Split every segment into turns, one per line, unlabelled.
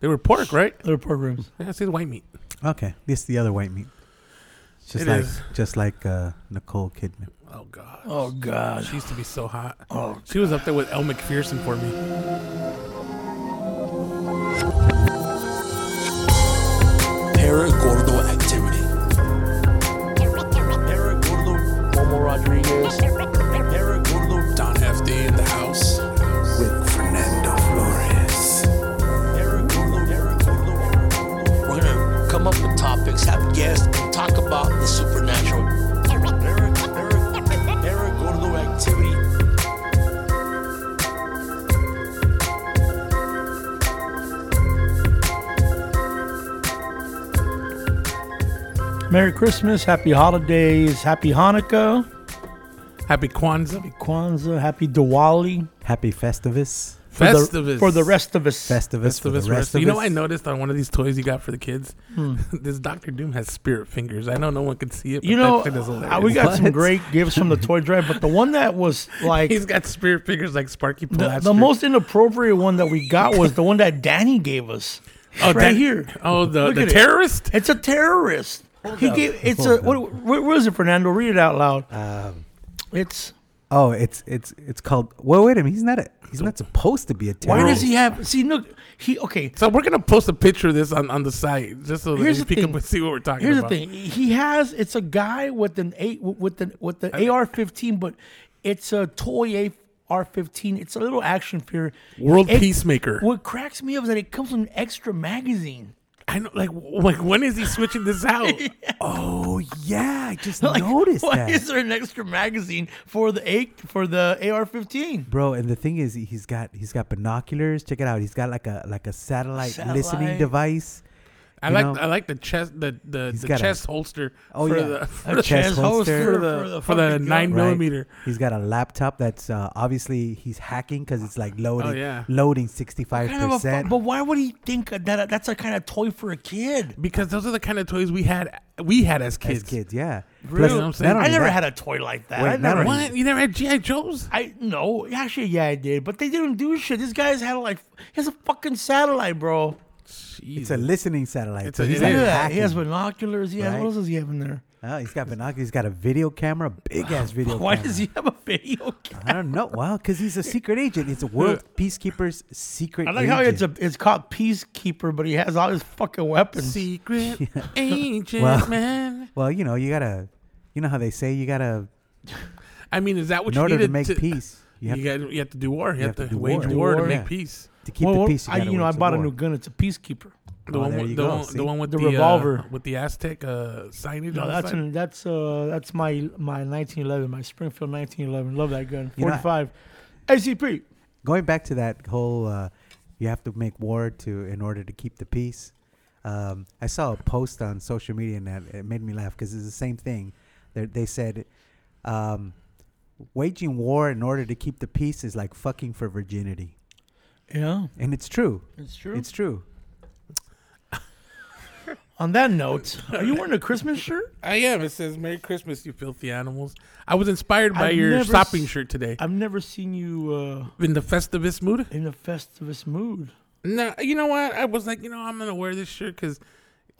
They were pork, right?
They were pork ribs.
Yeah, it's the white meat.
Okay, this is the other white meat. Just
It
like
is.
just like uh, Nicole Kidman.
Oh god.
Oh God.
She used to be so hot.
Oh.
She was up there with Elle McPherson for me.
Paragordo activity. Paragordo Momo Rodriguez. Paragordo Don FD in the house. With Fernando Flores. Paragordo, Paragordo. We're gonna come up with topics, have guests, and talk about the supernatural. Parag- Parag- Paragordo activity.
Merry Christmas. Happy holidays. Happy Hanukkah.
Happy Kwanzaa.
Happy Kwanzaa. Happy Diwali.
Happy Festivus.
For The,
Festivus.
for the rest of us.
Festivus for the
Festivus
rest
rest.
of
You know,
us. Hmm.
I noticed on one of these toys you got for the kids, this Doctor Doom has spirit fingers. I know no one can see it. But
you know,
that shit is
uh, we
hilarious.
got some
What?
great gifts from the toy drive, but the one that was like
He's got spirit fingers like Sparky
the,
Plaster.
the most inappropriate one that we got was the one that Danny gave us.
oh,
right
that-
here.
Oh, the,
Look
the
at it.
terrorist.
It's a terrorist. He gave it's a what, what what is it, Fernando? Read it out loud. it's
Oh, it's it's it's called. Well, wait a minute. He's not a. He's not supposed to be a
why
terrorist.
does he have? See, look, he okay.
So we're gonna post a picture of this on, on the site just so
Here's
that you
the
pick
thing.
up and see what we're talking
Here's the
about.
thing. He has it's a guy with an eight with the with the AR fifteen, but it's a toy AR fifteen. It's a little action figure.
World
It-
Peacemaker.
What cracks me up is that it comes from an extra magazine.
I know, like, w- like when is he switching this out?
Oh yeah, I just
Like,
noticed
why
that,
is there an extra magazine for the a- for the AR-15?
bro. And the thing is, he's got he's got binoculars. Check it out. He's got like a like a satellite,
Satellite.
listening device.
I
You
like
know-
I like the chest the the, the
got a-
chest holster.
Oh,
for
yeah.
the,
A
for the,
chest
Chest holster
holster.
for the for the,
fucking gun.
nine
right?
millimeter.
He's got a laptop that's uh, obviously he's hacking because it's like loading
yeah.
loading sixty five
Kind of a fu-
percent.
but why would he think that that's a kind of toy for a kid?
Because those are the kind of toys we had we had as kids.
As kids, yeah.
Really? You know what I'm saying?
not
I
only
never
that-
had a toy like that.
Wait,
I
not
never.
only-
What you never had GI Joes?
I no, actually, yeah, I did, but they didn't do shit. This guy's had like he has a fucking satellite, bro.
It's a listening satellite.
It's
so
a-
he's
it
like
is.
Look at that.
hacking.
He has binoculars. He has
Right.
what else does he have in there?
Oh, he's got binoculars. He's got a video camera, big ass video.
Why
camera.
does he have a video? Camera?
I don't know. Wow, because he's a secret agent. It's a world peacekeeper's secret.
I like how it's
agent.
a it's called Peacekeeper, but he has all his fucking weapons.
Secret agent
Well-
man.
Well, you know, you gotta, you know how they say you gotta,
I mean, is that what
in
you
order
needed
to make peace, you
You,
have
got you have to do war. You, have, to,
do
wage war,
war.
to
War,
make
yeah.
peace.
to keep
Well,
the peace. You,
I,
gotta
you know, I
wage the
bought a
war.
new gun. It's a Peacekeeper.
The
Oh,
one
there
with
you
the,
go.
one,
See?
the one with
The
the,
revolver.
uh, with the Aztec uh, signage.
No,
on the
that's
side.
an, that's uh that's my my 1911, my Springfield 1911. Love that gun.
You know,
45 ACP.
Going back to that whole, uh, you have to make war to in order to keep the peace. Um, I saw a post on social media and that it made me laugh because it's the same thing. they they said, um, waging war in order to keep the peace is like fucking for virginity,
Yeah,
and it's true.
it's true.
It's true.
On that note, are you wearing a Christmas shirt?
I am. It says "Merry Christmas, you filthy animals." I was inspired by
I've
your
never
shopping
s-
shirt today.
I've never seen you uh
in the festivus mood.
in a festivus mood.
No, you know what? I was like, you know, I'm gonna wear this shirt because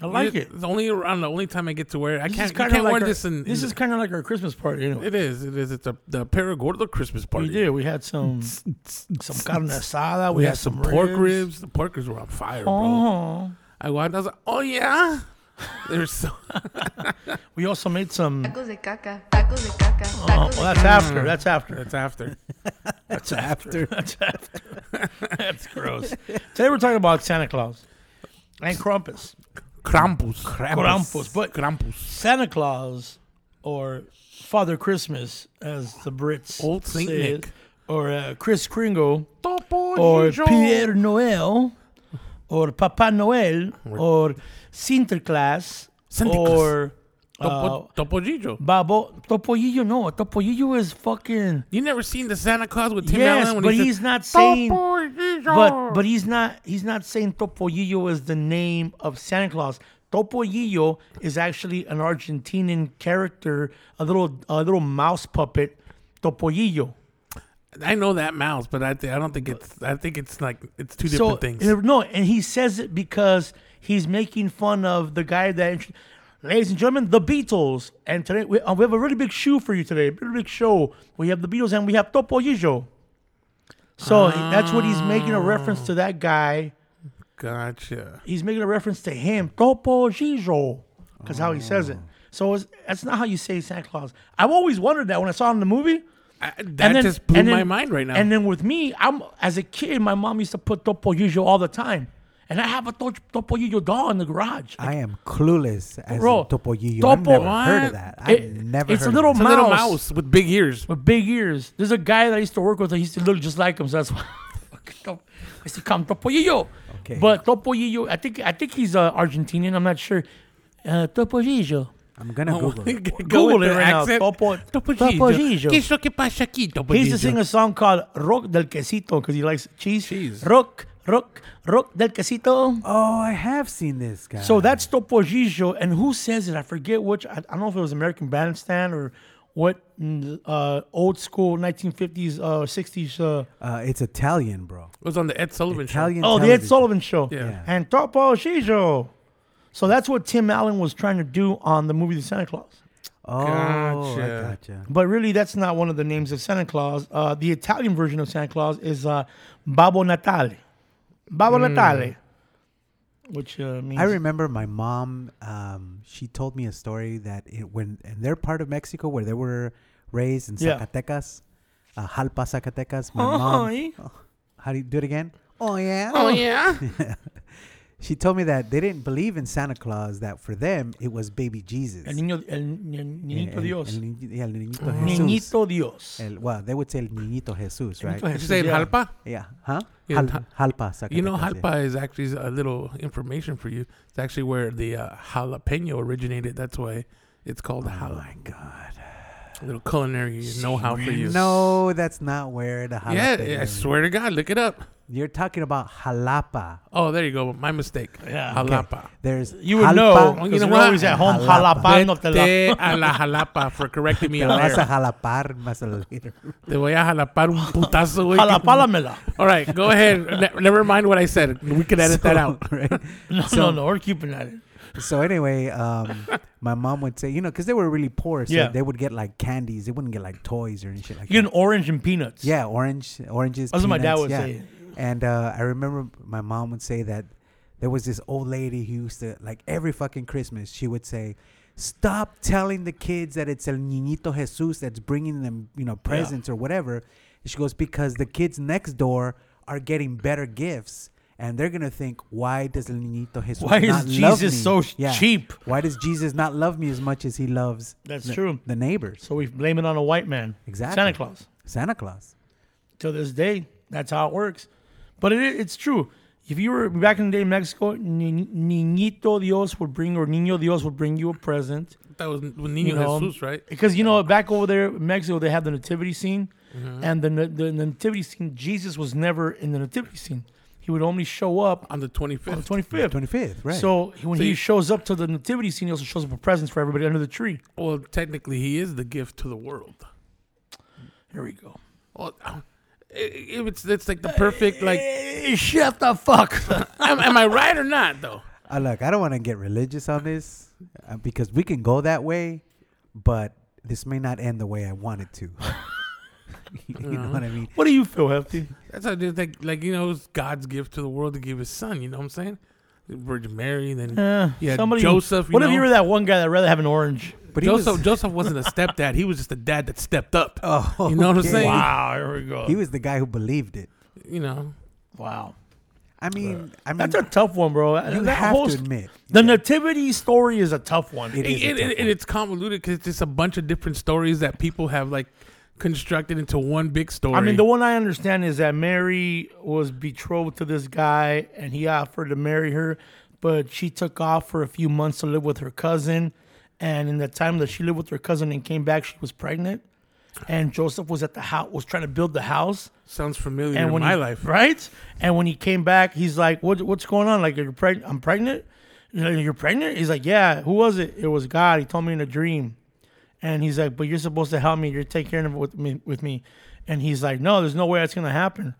I like it.
It's only around the only time I get to wear it. I
This
can't.
is
You
kinda
can't
like
wear
our-
this in.
This
in-
is kind of like our Christmas party. Anyway,
It is. It is. It's a the Paragordo Christmas party.
we did. We had some some carne asada.
We, had, some, pork ribs. The pork ribs were on fire, bro.
Oh,
I walked. I was like, oh yeah. They're so.
we also made some.
Tacos de caca, tacos de caca,
Oh,
tacos
well, that's
de
Mm.
after. That's after.
That's after.
That's after. That's after. That's gross. Today we're talking about Santa Claus and Krampus.
Krampus.
Krampus, but-
Krampus.
Santa Claus or Father Christmas, as the Brits
Old Saint
say
Nick.
it, or uh, Chris Kringle, or Pierre Noel, or Papa Noel, or Sinterklaas,
Sinterklaas.
or uh,
Topo, Topollillo.
Babo Topollillo. No, Topollillo is fucking.
You never seen the Santa Claus with Tim
yes,
Allen when
but
he said,
he's not saying.
"Topollillo."
But but he's not he's not saying Topollillo is the name of Santa Claus. Topollillo is actually an Argentinian character, a little a little mouse puppet, Topollillo.
I know that mouse, but I th- I don't think it's I think it's like it's two
So,
different things.
and- No, and he says it because he's making fun of the guy that. intro- Ladies and gentlemen, the Beatles. And today we, uh, we have a really big shoe for you today. Really big show. We have the Beatles and we have Topo Yijo. So that's what he's making a reference to that guy.
Gotcha.
He's making a reference to him, Topo Gijo, because how he says it. So it's, that's not how you say Santa Claus. I've always wondered that when I saw it in the movie.
I, that just blew my mind right now.
And then with me, I'm as a kid, my mom used to put Topo Gijo all the time, and I have a to- Topo Gijo doll in the garage.
I am clueless as
Bro,
a topollillo. I've
topo-
never heard of
what?
that. I've
It-
never
it's a
heard
little
of
it's
that.
a little
mouse.
mouse with big ears.
with big ears. There's a guy that I used to work with. He used to look just like him. So that's why I used to call him Topo Yiyo.
Okay.
But Topo Yiyo, I think I think he's uh, Argentinian. I'm not sure. Uh, Topo Yiyo.
I'm gonna
Oh
Google it.
Go
Google
with
it
the
right now.
accent.
Topo-
Topollillo.
Topollillo.
¿Qué es lo que pasa aquí,
He used to
Topollillo?
sing a song called Rock del Quesito because he likes cheese.
Cheese.
Rock, rock, rock del Quesito.
Oh, I have seen this guy.
So that's Topo Gijo, and who says it? I forget which. I, I don't know if it was American Bandstand or what mm, uh, old school 1950s, uh, 60s. Uh,
uh, it's Italian, bro.
It was on the Ed Sullivan
Italian.
oh, the Ed
television.
Sullivan Show.
Yeah.
And Topo Gijo. So that's what Tim Allen was trying to do on the movie The Santa Claus.
Oh,
Gotcha.
I gotcha.
But really, that's not one of the names of Santa Claus. Uh, the Italian version of Santa Claus is uh, Babbo Natale. Babbo Natale. Which uh, means.
I remember my mom. Um, she told me a story that it, when in their part of Mexico where they were raised in
Yeah.
Zacatecas, uh, Jalpa, Zacatecas. My
Oh,
mom.
eh?
How do you do it again? Oh yeah.
show. Oh, yeah?
She told me that they didn't believe in Santa Claus. That for them it was baby Jesus.
El niño, el, ni- niñito
El-
Dios. Oh,
El, niñi- yeah, el niñito Jesús.
Niñito Dios.
El- well, they would say el niñito Jesús, right?
Did you say
Yeah.
Jalpa?
Yeah. Huh?
Yeah,
Jal-
Ta-
Jalpa, Zacatecas.
You know,
yeah.
Jalpa is actually a little information for you. It's actually where the uh, jalapeno originated. That's why it's called a
Oh
jala.
my God.
A little culinary know-how for you.
No, that's not where the jalapa.
Yeah, I
is.
swear to God, look it up.
You're talking about Jalapa.
Oh, there you go. My mistake.
Yeah.
Jalapa.
There's
You would
Jalpa,
know.
you
Because
know
you're
what?
always at home
Jalapa.
jalapando te la-
Te a la jalapa for correcting me
Te
on
la vas a
there.
jalapar más al-
Te voy a jalapar un putazo, güey.
Jalapálamela.
All right, go ahead. Ne- never mind what I said. We can edit that out.
right?
No, no,
So-
no. We're keeping at it.
So anyway, um, my mom would say, you know, because they were really poor, so
Yeah.
they would get like candies. They wouldn't get like toys or anything like
You
that.
get an orange and peanuts.
Yeah, orange, oranges.
That's what my dad
peanuts,
would
yeah.
say.
And uh, I remember my mom would say that there was this old lady who used to like every fucking Christmas. She would say, "Stop telling the kids that it's El Niñito Jesus that's bringing them, you know, presents or whatever." she goes because the kids next door are getting better gifts. And they're gonna think, why does El Niñito Jesus
Why is
not love
Jesus
me?"
so cheap?
Why does Jesus not love me as much as he loves
That's
the-
true.
the neighbors?
So we blame it on a white man.
Exactly.
Santa Claus.
Santa Claus.
To this day, that's how it works. But it, it's true. If you were back in the day in Mexico, ni- Niñito Dios would bring, or Niño Dios would bring you a present.
That was Niño
you know,
Jesus, right?
Because you know, back over there in Mexico, they had the nativity scene,
Mm-hmm.
and the, na- the nativity scene, Jesus was never in the nativity scene. He would only show up
On the 25th.
on the twenty fifth.
Twenty fifth, right?
So when
So
he
you-
shows up to the nativity scene, he also shows up with presents for everybody under the tree.
Well, technically, he is the gift to the world.
Here we go.
Well, it, it's, it's like the perfect, like,
Eh.
Hey, shut the fuck.
am, am I right or not, though?
Uh, look, I don't want to get religious on this uh, because we can go that way, but this may not end the way I want it to. you
Uh-huh.
know what I mean?
what do you feel, Hefty?
That's how just like like you know, it's God's gift to the world to give His Son. You know what I'm saying? Virgin Mary, then
Uh,
yeah, Joseph. You
what
know?
if you were that one guy that rather have an orange?
But he
Joseph
was,
Joseph wasn't a stepdad. He was just a dad that stepped up.
Oh,
you know what I'm
okay.
saying?
Wow, here we go.
he was the guy who believed it.
You know,
wow.
I mean, I mean,
Uh, That's a tough one, bro.
you
That
have
whole
to
st-
admit
the nativity story is a tough one.
it is. a
and, and-
tough
and it's convoluted because it's just a bunch of different stories that people have like constructed into one big story.
I mean, the one I understand is that Mary was betrothed to this guy, and he offered to marry her, but she took off for a few months to live with her cousin. And in the time that she lived with her cousin and came back, she was pregnant. And Joseph was at the house, was trying to build the house.
sounds familiar
and
in
when
my
he-
life.
right? And when he came back, he's like, "What? What's going on? Like, you're pregnant? I'm pregnant. He's like, You're pregnant?" He's like, "Yeah. Who was it? It was God. He told me in a dream." And he's like, "But you're supposed to help me. You're taking care of it with me, with me." And he's like, no, there's no way that's going to happen.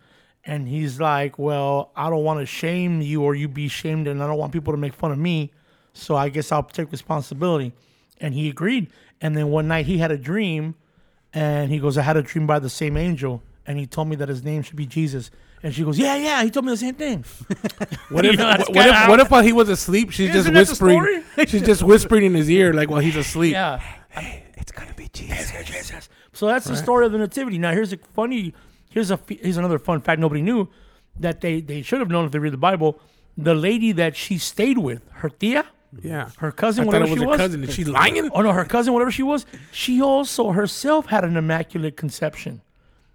And he's like, well, I don't want to shame you or you be shamed, and I don't want people to make fun of me. So I guess I'll take responsibility. And he agreed. And then one night he had a dream, and he goes, I had a dream by the same angel, and he told me that his name should be Jesus. And she goes, Yeah, yeah, he told me the same thing.
What if,
You know, that's
what, if
kinda
what
how-
if while he was asleep, she's
Isn't that the
just whispering.
story?
she's just whispering in his ear, like while he's asleep.
Yeah.
It's gonna be Jesus.
Jesus. So that's the story of the nativity. Now here's a funny, here's a f- here's another fun fact nobody knew that they they should have known if they read the Bible. The lady that she stayed with, her tia,
yeah.
her cousin,
I thought
whatever
it was
she
her
was.
cousin. Is she lying?
Oh no, her cousin, whatever she was, she also herself had an immaculate conception,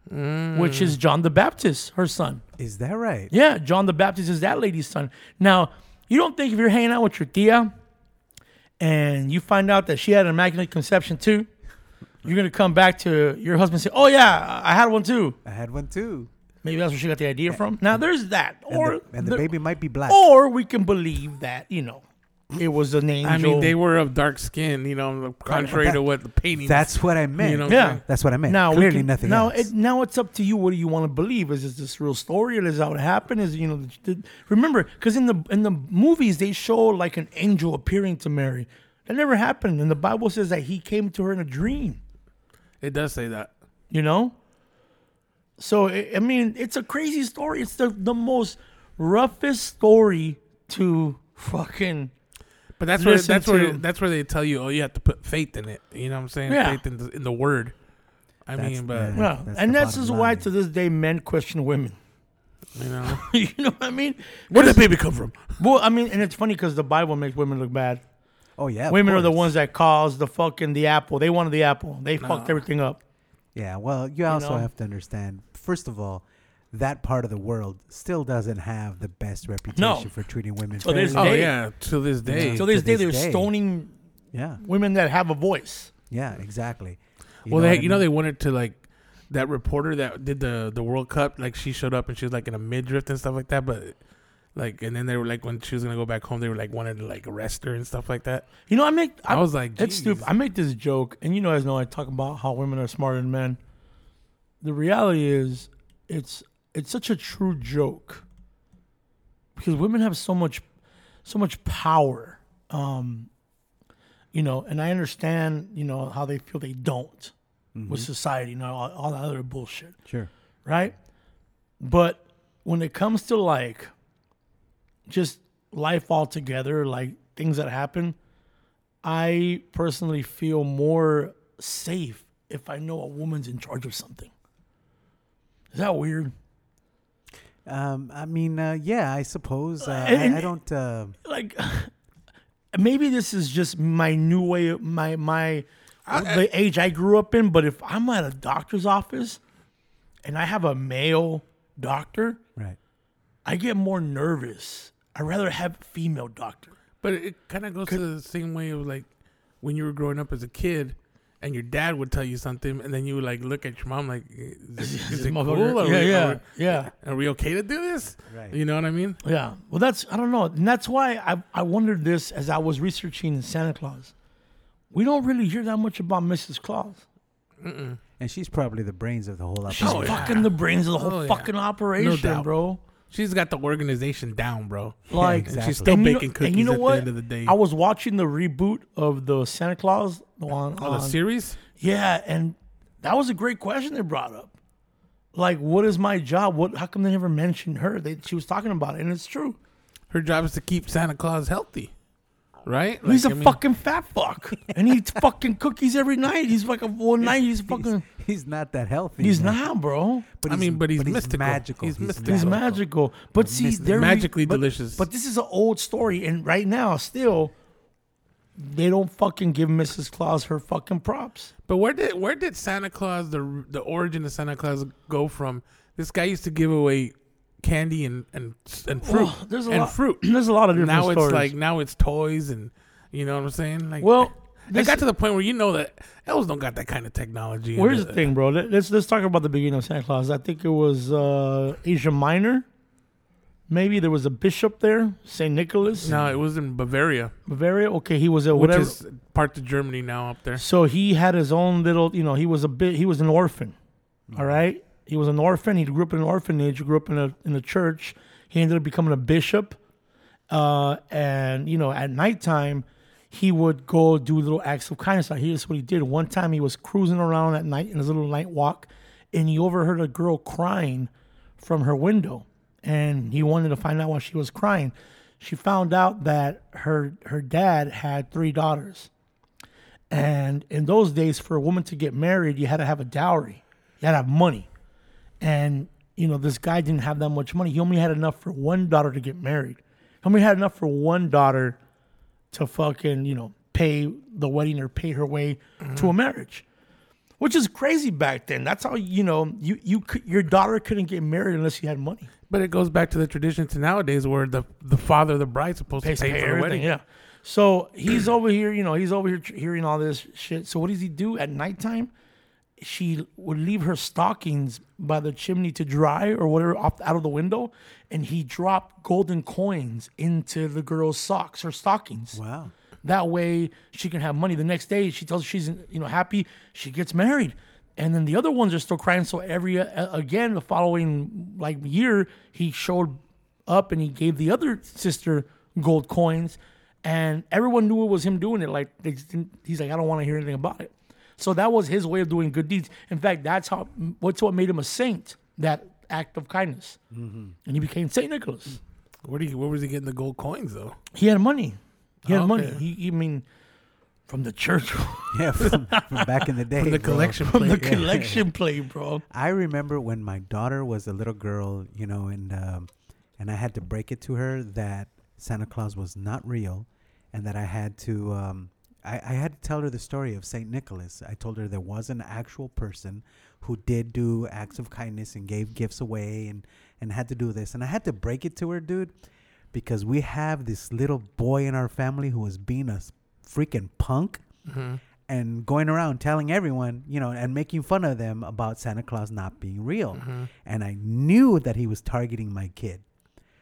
which is John the Baptist, her son.
Is that right?
Yeah, John the Baptist is that lady's son. Now, you don't think if you're hanging out with your tia and you find out that she had an immaculate conception too, you're gonna come back to your husband and say, "Oh yeah, I had one too."
I had one too.
Maybe that's where she got the idea from. Now, there's that,
And,
or
the, and the
there-
baby might be black.
or we can believe that you know it was an angel.
I mean, they were of dark skin, you know, contrary
that-
to what the painting.
That's what I meant.
You know,
Yeah.
That's what I meant.
Now we
Clearly
can-
nothing
Now
else.
it now it's up to you. What do you want to believe? Is this this real story, or is how it happened? Is you know? The, the- remember, because in the in the movies they show like an angel appearing to Mary. That never happened, and the Bible says that he came to her in a dream.
it does say that.
You know. So I I mean, it's a crazy story. It's the the most roughest story to fucking
But that's where
Listen
that's where
to-
that's where they tell you, oh, you have to put faith in it. You know what I'm saying?
Yeah.
Faith in the, in the word. I
That's-
mean, but
yeah.
no.
That's
and
the
that's
bottom
just why
line.
to this day men question women.
you know,
you know what I mean?
where did the baby come from?
Well, I mean, and it's funny because the Bible makes women look bad.
oh yeah. of
Women are the
course.
ones that caused the fucking the apple. They wanted the apple. They fucked everything up.
Yeah. Well, you also
know?
have to understand. First of all, that part of the world still doesn't have the best reputation for treating women.
So there's-
Oh
fairly.
They-
yeah, to this day.
So this
to
day
this
they're
day.
stoning
yeah.
women that have a voice.
Yeah. Exactly.
well, they
what I
you know
mean?
they wanted to like that reporter that did the the World Cup. Like she showed up and she was like in a midriff and stuff like that. But like, and then they were like when she was gonna go back home, they were like wanted to like arrest her and stuff like that.
You know, I make
I was like,
it's stupid.
"Jeez."
I make this joke, and you know, as know, I talk about how women are smarter than men. The reality is, it's it's such a true joke because women have so much, so much power. Um, you know, and I understand, you know, how they feel they don't
Mm-hmm.
with society, you know, all, all that other bullshit.
Sure.
right? But when it comes to like just life altogether, like things that happen, I personally feel more safe if I know a woman's in charge of something. Is that weird?
Um, I mean, uh, yeah, I suppose. Uh,
and-
I, I don't. Uh,
Like maybe this is just my new way of my my the age I grew up in, but if I'm at a doctor's office and I have a male doctor,
right.
I get more nervous. I'd rather have a female doctor.
But it kind of goes to the same way of like when you were growing up as a kid. And your dad would tell you something, and then you would like look at your mom like, "Is it- is it cool? Are
Yeah,
we-
yeah,
are
yeah,
we- Are we okay to do this?
Right.
You know what I mean?
yeah. Well, that's I don't know, and that's why I I wondered this as I was researching Santa Claus. We don't really hear that much about Mrs. Claus.
And she's probably the brains of the whole
She's
operation.
fucking the brains of the whole
Oh, yeah.
fucking operation,
doubt.
bro.
She's got the organization down, bro. And
Like
she's
Exactly.
still
and you know-
baking cookies
and you know
at
what?
the end of the day.
I was watching the reboot of the Santa Claus the one
oh, the
on-
series?
Yeah, and that was a great question they brought up. Like, what is my job? What? How come they never mentioned her? They, she was talking about it, and it's true.
Her job is to keep Santa Claus healthy, right?
he's a
Like, I mean,
fucking fat fuck, and he eats fucking cookies every night. He's like a one night. He's fucking.
He's, he's not that healthy.
He's
man.
not, bro.
But
I mean, but he's mystical.
magical.
He's mystical.
He's magical. But see,
Mystic-
they're
magically
but-
delicious.
But this is an old story, and right now, still, they don't fucking give Mrs. Claus her fucking props.
But where did where did Santa Claus the the origin of Santa Claus go from? This guy used to give away candy and and and fruit.
Well, there's a
and
lot.
fruit.
There's a lot of different
now it's
stories.
like now it's toys and you know what I'm saying? Like
Well,
it
this-
got to the point where you know that elves don't got that kind of technology. and
Where's the thing, bro? Let- Let's let's talk about the beginning of Santa Claus. I think it was uh, Asia Minor. Maybe there was a bishop there, Saint Nicholas,
No, it was in Bavaria,
Bavaria. Okay, he was a
which
whatever.
is part of Germany now up there.
so he had his own little, you know, he was a bit, he was an orphan, all right, he was an orphan. He grew up in an orphanage. He grew up in a in a church. He ended up becoming a bishop. Uh, and you know, at nighttime, he would go do little acts of kindness. Like here's what he did. One time, he was cruising around at night in his little night walk, and he overheard a girl crying from her window, and he wanted to find out why she was crying. She found out that her her dad had three daughters. And in those days, for a woman to get married, you had to have a dowry. You had to have money. And, you know, this guy didn't have that much money. He only had enough for one daughter to get married. He only had enough for one daughter to fucking, you know, pay the wedding or pay her way to a marriage. Which is crazy back then. That's how, you know, you, you could, your daughter couldn't get married unless you had money.
But it goes back to the tradition to nowadays where the the father of the bride's supposed
pays
to pay,
for
for the
everything,
wedding.
Yeah. So he's over here, you know, he's over here tr- hearing all this shit. So what does he do at nighttime? She would leave her stockings by the chimney to dry or whatever off, out of the window, and he dropped golden coins into the girl's socks, her stockings.
Wow.
That way she can have money. The next day she tells she's you know happy. She gets married, and then the other ones are still crying. So every uh, again the following like year he showed up and he gave the other sister gold coins, and everyone knew it was him doing it. Like they just didn't, he's like I don't want to hear anything about it. So that was his way of doing good deeds. In fact, that's how what's what made him a saint. That act of kindness, and he became Saint Nicholas
Where do you, where was he getting the gold coins though?
he had money. He had
Okay.
money. He, he mean from the church, from
Yeah, from, from back in the day.
The
bro.
collection
the
plate.
collection plate, bro.
I remember when my daughter was a little girl, you know, and um, and I had to break it to her that Santa Claus was not real, and that I had to um, I, I had to tell her the story of Saint Nicholas. I told her there was an actual person who did do acts of kindness and gave gifts away and and had to do this, and I had to break it to her, dude, because we have this little boy in our family who was being a s- freaking punk and going around telling everyone, you know, and making fun of them about Santa Claus not being real. And I knew that he was targeting my kid.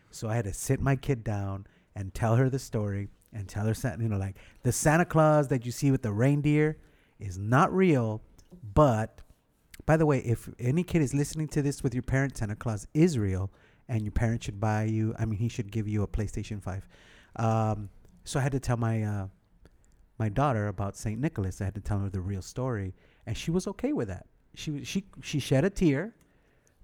So I had to sit my kid down and tell her the story and tell her, Sa- you know, like the Santa Claus that you see with the reindeer is not real. But by the way, if any kid is listening to this with your parents, Santa Claus is real and your parents should buy you, I mean, he should give you a PlayStation 5. Um, so I had to tell my, uh, my daughter about Saint Nicholas. I had to tell her the real story, and she was okay with that. She was- she she shed a tear,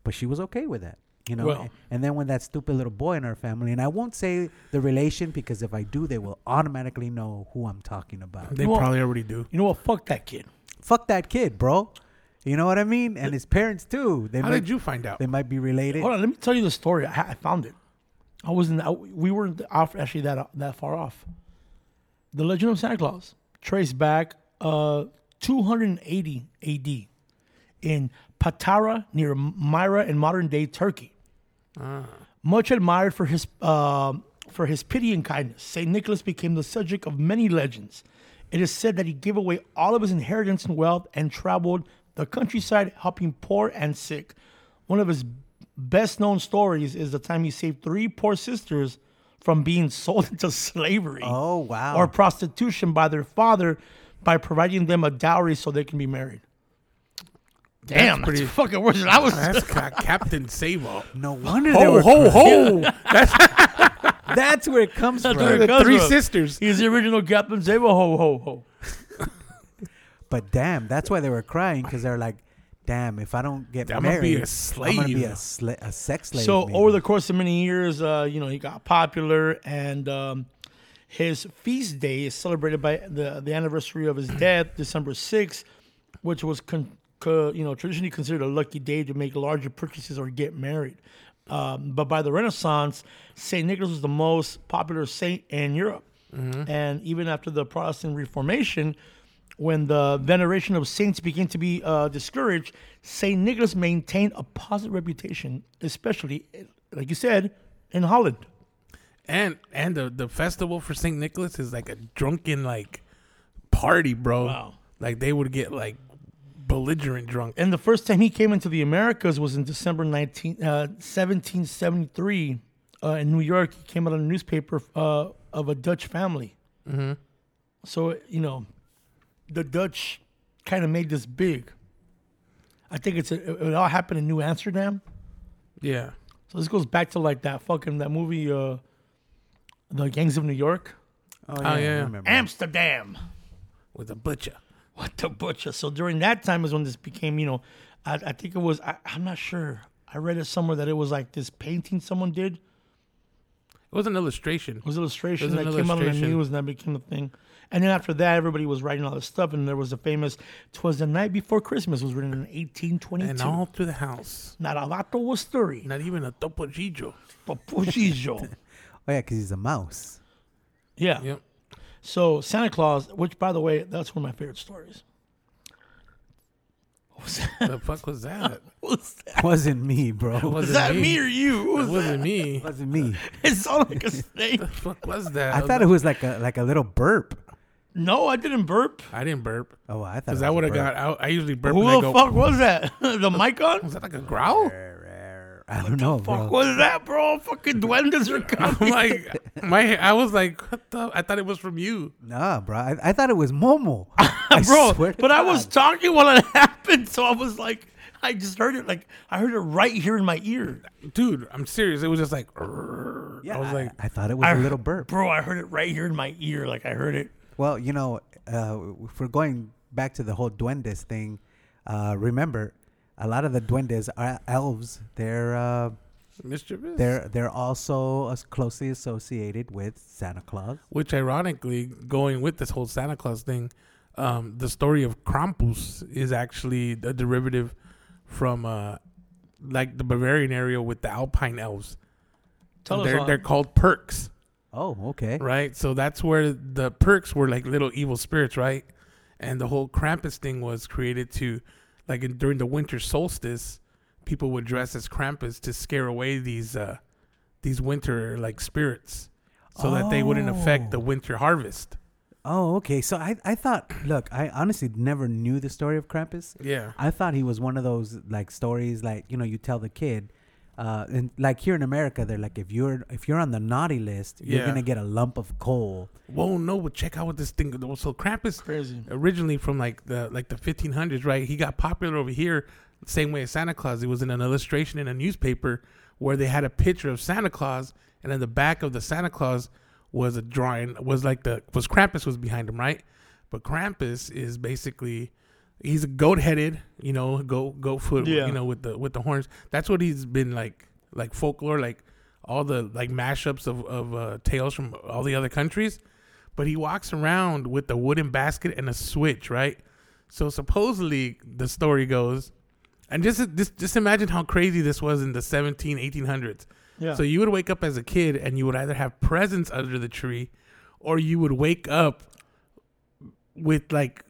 but she was okay with that. You know.
Well-
and then when that stupid little boy in our family, and I won't say the relation because if I do, they will automatically know who I'm talking about.
They
Well-
probably already do.
You know what? Fuck that kid.
Fuck that kid, bro. You know what I mean? And his parents too. They
How
might,
did you find out?
They might be related.
Hold on, let me tell you the story. I, ha- I found it. I wasn't. I, we weren't off actually that that far off. The Legend of Santa Claus traced back uh, 280 A.D. in Patara near Myra in modern day Turkey. Much admired for his um for his pity and kindness, Saint Nicholas became the subject of many legends. It is said that he gave away all of his inheritance and wealth and traveled the countryside helping poor and sick. One of his best known stories is the time he saved three poor sisters from being sold into slavery
Oh, wow.
or prostitution by their father by providing them a dowry so they can be married. Damn, that's,
pretty-
fucking worse than I was.
That's ca- Captain Save All.
No wonder they
Ho
were.
ho
cra-
ho! That's
That's where it comes from.
where it
the
Because
three
of-
sisters.
He's the original Captain Zabo. Ho ho ho.
But damn, that's why they were crying because they're like, "Damn, if I don't get
I'm gonna
married,
be a
I'm gonna
slave."
be a, sla- a sex slave."
So
maybe.
over the course of many years, uh, you know, he got popular, and um, his feast day is celebrated by the the anniversary of his death, December sixth, which was con- co- you know traditionally considered a lucky day to make larger purchases or get married. Um, but by the Renaissance, Saint Nicholas was the most popular saint in Europe, and even after the Protestant Reformation. When the veneration of saints began to be uh, discouraged, Saint Nicholas maintained a positive reputation, especially, like you said, in Holland.
and and the the festival for Saint Nicholas is like a drunken like party, bro.
Wow.
Like they would get like belligerent drunk.
And the first time he came into the Americas was in December 19, uh, 1773 uh, in New York. He came out in a newspaper uh, of a Dutch family. So, you know, the Dutch kind of made this big. I think it's it, it all happened in New Amsterdam.
Yeah.
So this goes back to like that fucking that movie, uh, the Gangs of New York,
Oh, yeah, yeah.
remember.
Amsterdam.
With a butcher.
What the butcher? So during that time is when this became, you know, I, I think it was. I, I'm not sure. I read it somewhere that it was like this painting someone did. It
It was an illustration.
was illustration
It was
that
an
came out on the
illustration.
news and that became a thing. And then after that, everybody was writing all this stuff, and there was a famous "Twas the Night Before Christmas" was written in 1822.
And all through the house.
Naravato was three.
Not even a topo gigio.
Papujijo.
Oh yeah, because he's a mouse.
Yeah.
Yep.
So Santa Claus, which by the way, that's one of my favorite stories. Was that,
The fuck was that?
was that,
Wasn't me, bro.
Was
was that me or you? What
It
was
wasn't me. What
Wasn't me.
it sounded like a snake.
the fuck was that?
I thought it was like a like a little burp.
No, I didn't burp.
I didn't burp.
Oh, I thought
Because
it
I
was
would
a
have got
burp.
out. I usually burp.
Who
and I
the
go,
fuck was that? the mic on?
Was that like a growl?
I don't know,
Fuck
bro.
was that, bro? Fucking duendes are
I'm
coming.
like, my, I was like, what the? I thought it was from you.
Nah, bro. I, I thought it was Momo. I
bro.
swear to
But I was
God.
talking while it happened, so I was like, I just heard it. Like I heard it right here in my ear,
Dude, I'm serious. It was just like, "Rrrr."
Yeah,
I was like,
I, thought it was
I
a
heard-
little burp.
bro. I heard it right here in my ear. Like I heard it.
Well, you know, uh, if we're going back to the whole duendes thing, uh, remember, a lot of the duendes are elves. They're uh,
mischievous.
they're they're also as closely associated with Santa Claus.
Which, ironically, going with this whole Santa Claus thing, um, the story of Krampus is actually a derivative from uh, like the Bavarian area with the Alpine elves.
Tell us
they're,
on
they're
it.
called perks.
Oh, okay.
right? So that's where the perks were like little evil spirits, right? And the whole Krampus thing was created to, like in, during the winter solstice, people would dress as Krampus to scare away these uh, these winter like spirits, so that they wouldn't affect the winter harvest.
Oh, okay. So I I thought, look, I honestly never knew the story of Krampus.
Yeah,
I thought he was one of those like stories like you know you tell the kid, uh, and like here in America they're like if you're if you're on the naughty list you're
Yeah.
gonna get a lump of coal.
whoa, no, but check out what this thing. So Krampus
crazy.
originally from like the like the 1500s, right? He got popular over here, same way as Santa Claus. It was in an illustration in a newspaper where they had a picture of Santa Claus, and in the back of the Santa Claus was a drawing. Was like the was Krampus was behind him, right? But Krampus is basically he's a goat headed, you know, goat goat foot,
Yeah.
you know, with the with the horns. That's what he's been like like folklore, like all the like mashups of of uh, tales from all the other countries but he walks around with a wooden basket and a switch, right? So supposedly the story goes, and just just, just imagine how crazy this was in the 17, 1800s.
Yeah.
So you would wake up as a kid and you would either have presents under the tree, or you would wake up with like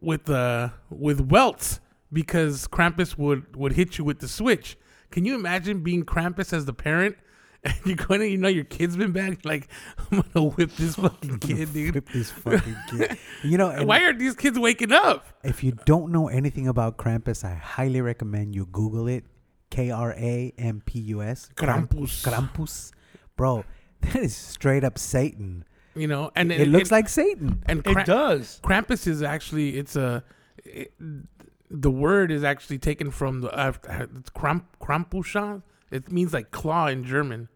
with uh with welts because Krampus would would hit you with the switch. Can you imagine being Krampus as the parent? And you're going to, you know, your kid's been bad. You're like, I'm gonna whip this fucking kid, dude.
Flip this fucking kid. You know, and
Why are these kids waking up?
if you don't know anything about Krampus, I highly recommend you Google it. K R A M P U S.
Krampus.
Krampus. Bro, that is straight up Satan.
You know, and
It, looks like Satan.
and
It
Kra-
does.
Krampus is actually it's a it, the word is actually taken from the uh, it's Kramp Krampusha. It means like claw in German.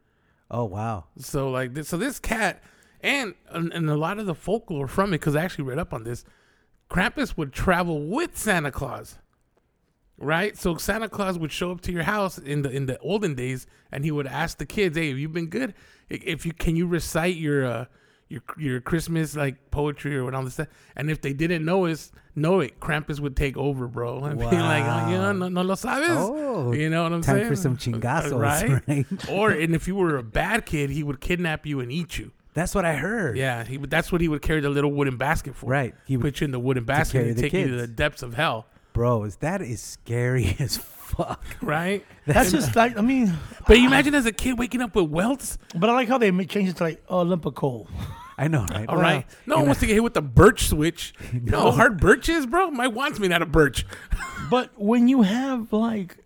Oh wow.
So like this, so this cat and and and a lot of the folklore from it because I actually read up on this. Krampus would travel with Santa Claus, right? So Santa Claus would show up to your house in the in the olden days, and he would ask the kids, "Hey, have you been good? I- If you can you recite your uh, your your Christmas like poetry or what all this stuff?" And if they didn't know it, know it, Krampus would take over, bro, and be like, oh, "Yeah,
Wow.
no, no lo sabes."
Oh,
you know what I'm
time
saying?
for some chingazos, right?
or and if you were a bad kid, he would kidnap you and eat you.
That's what I heard.
Yeah, he would, that's what he would carry the little wooden basket for.
Right,
He
he
would
would-
put you in the wooden basket
carry
and
the
take you to
kids.
the depths of hell.
Bros, that is scary as fuck.
Right.
That's just like I mean,
But you imagine as a kid waking up with welts.
but I like how they ma- changed it to like Olympic coal.
I know, right?
All right, No one wants to get hit with the birch switch. You know how hard birch is, bro? My wants made out of birch.
But when you have like,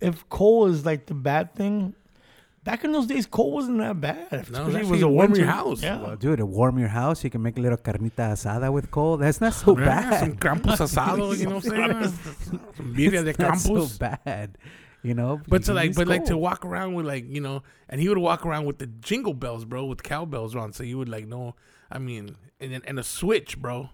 if coal is like the bad thing, Back in those days, coal wasn't that bad. Especially
actually
it was a
warmed
warm
your house.
Yeah.
Well, dude, to warm your house, you can make a little carnita asada with coal. That's not so
Yeah,
bad.
some campus asado, you know what I'm saying? Some birria de
It's not so
campus.
bad. You know,
But to
you can
like,
use
but like to
coal.
walk around with like you know, and he would walk around with the jingle bells, bro, with cowbells on. So you would like know, I mean, and then- and a switch, bro,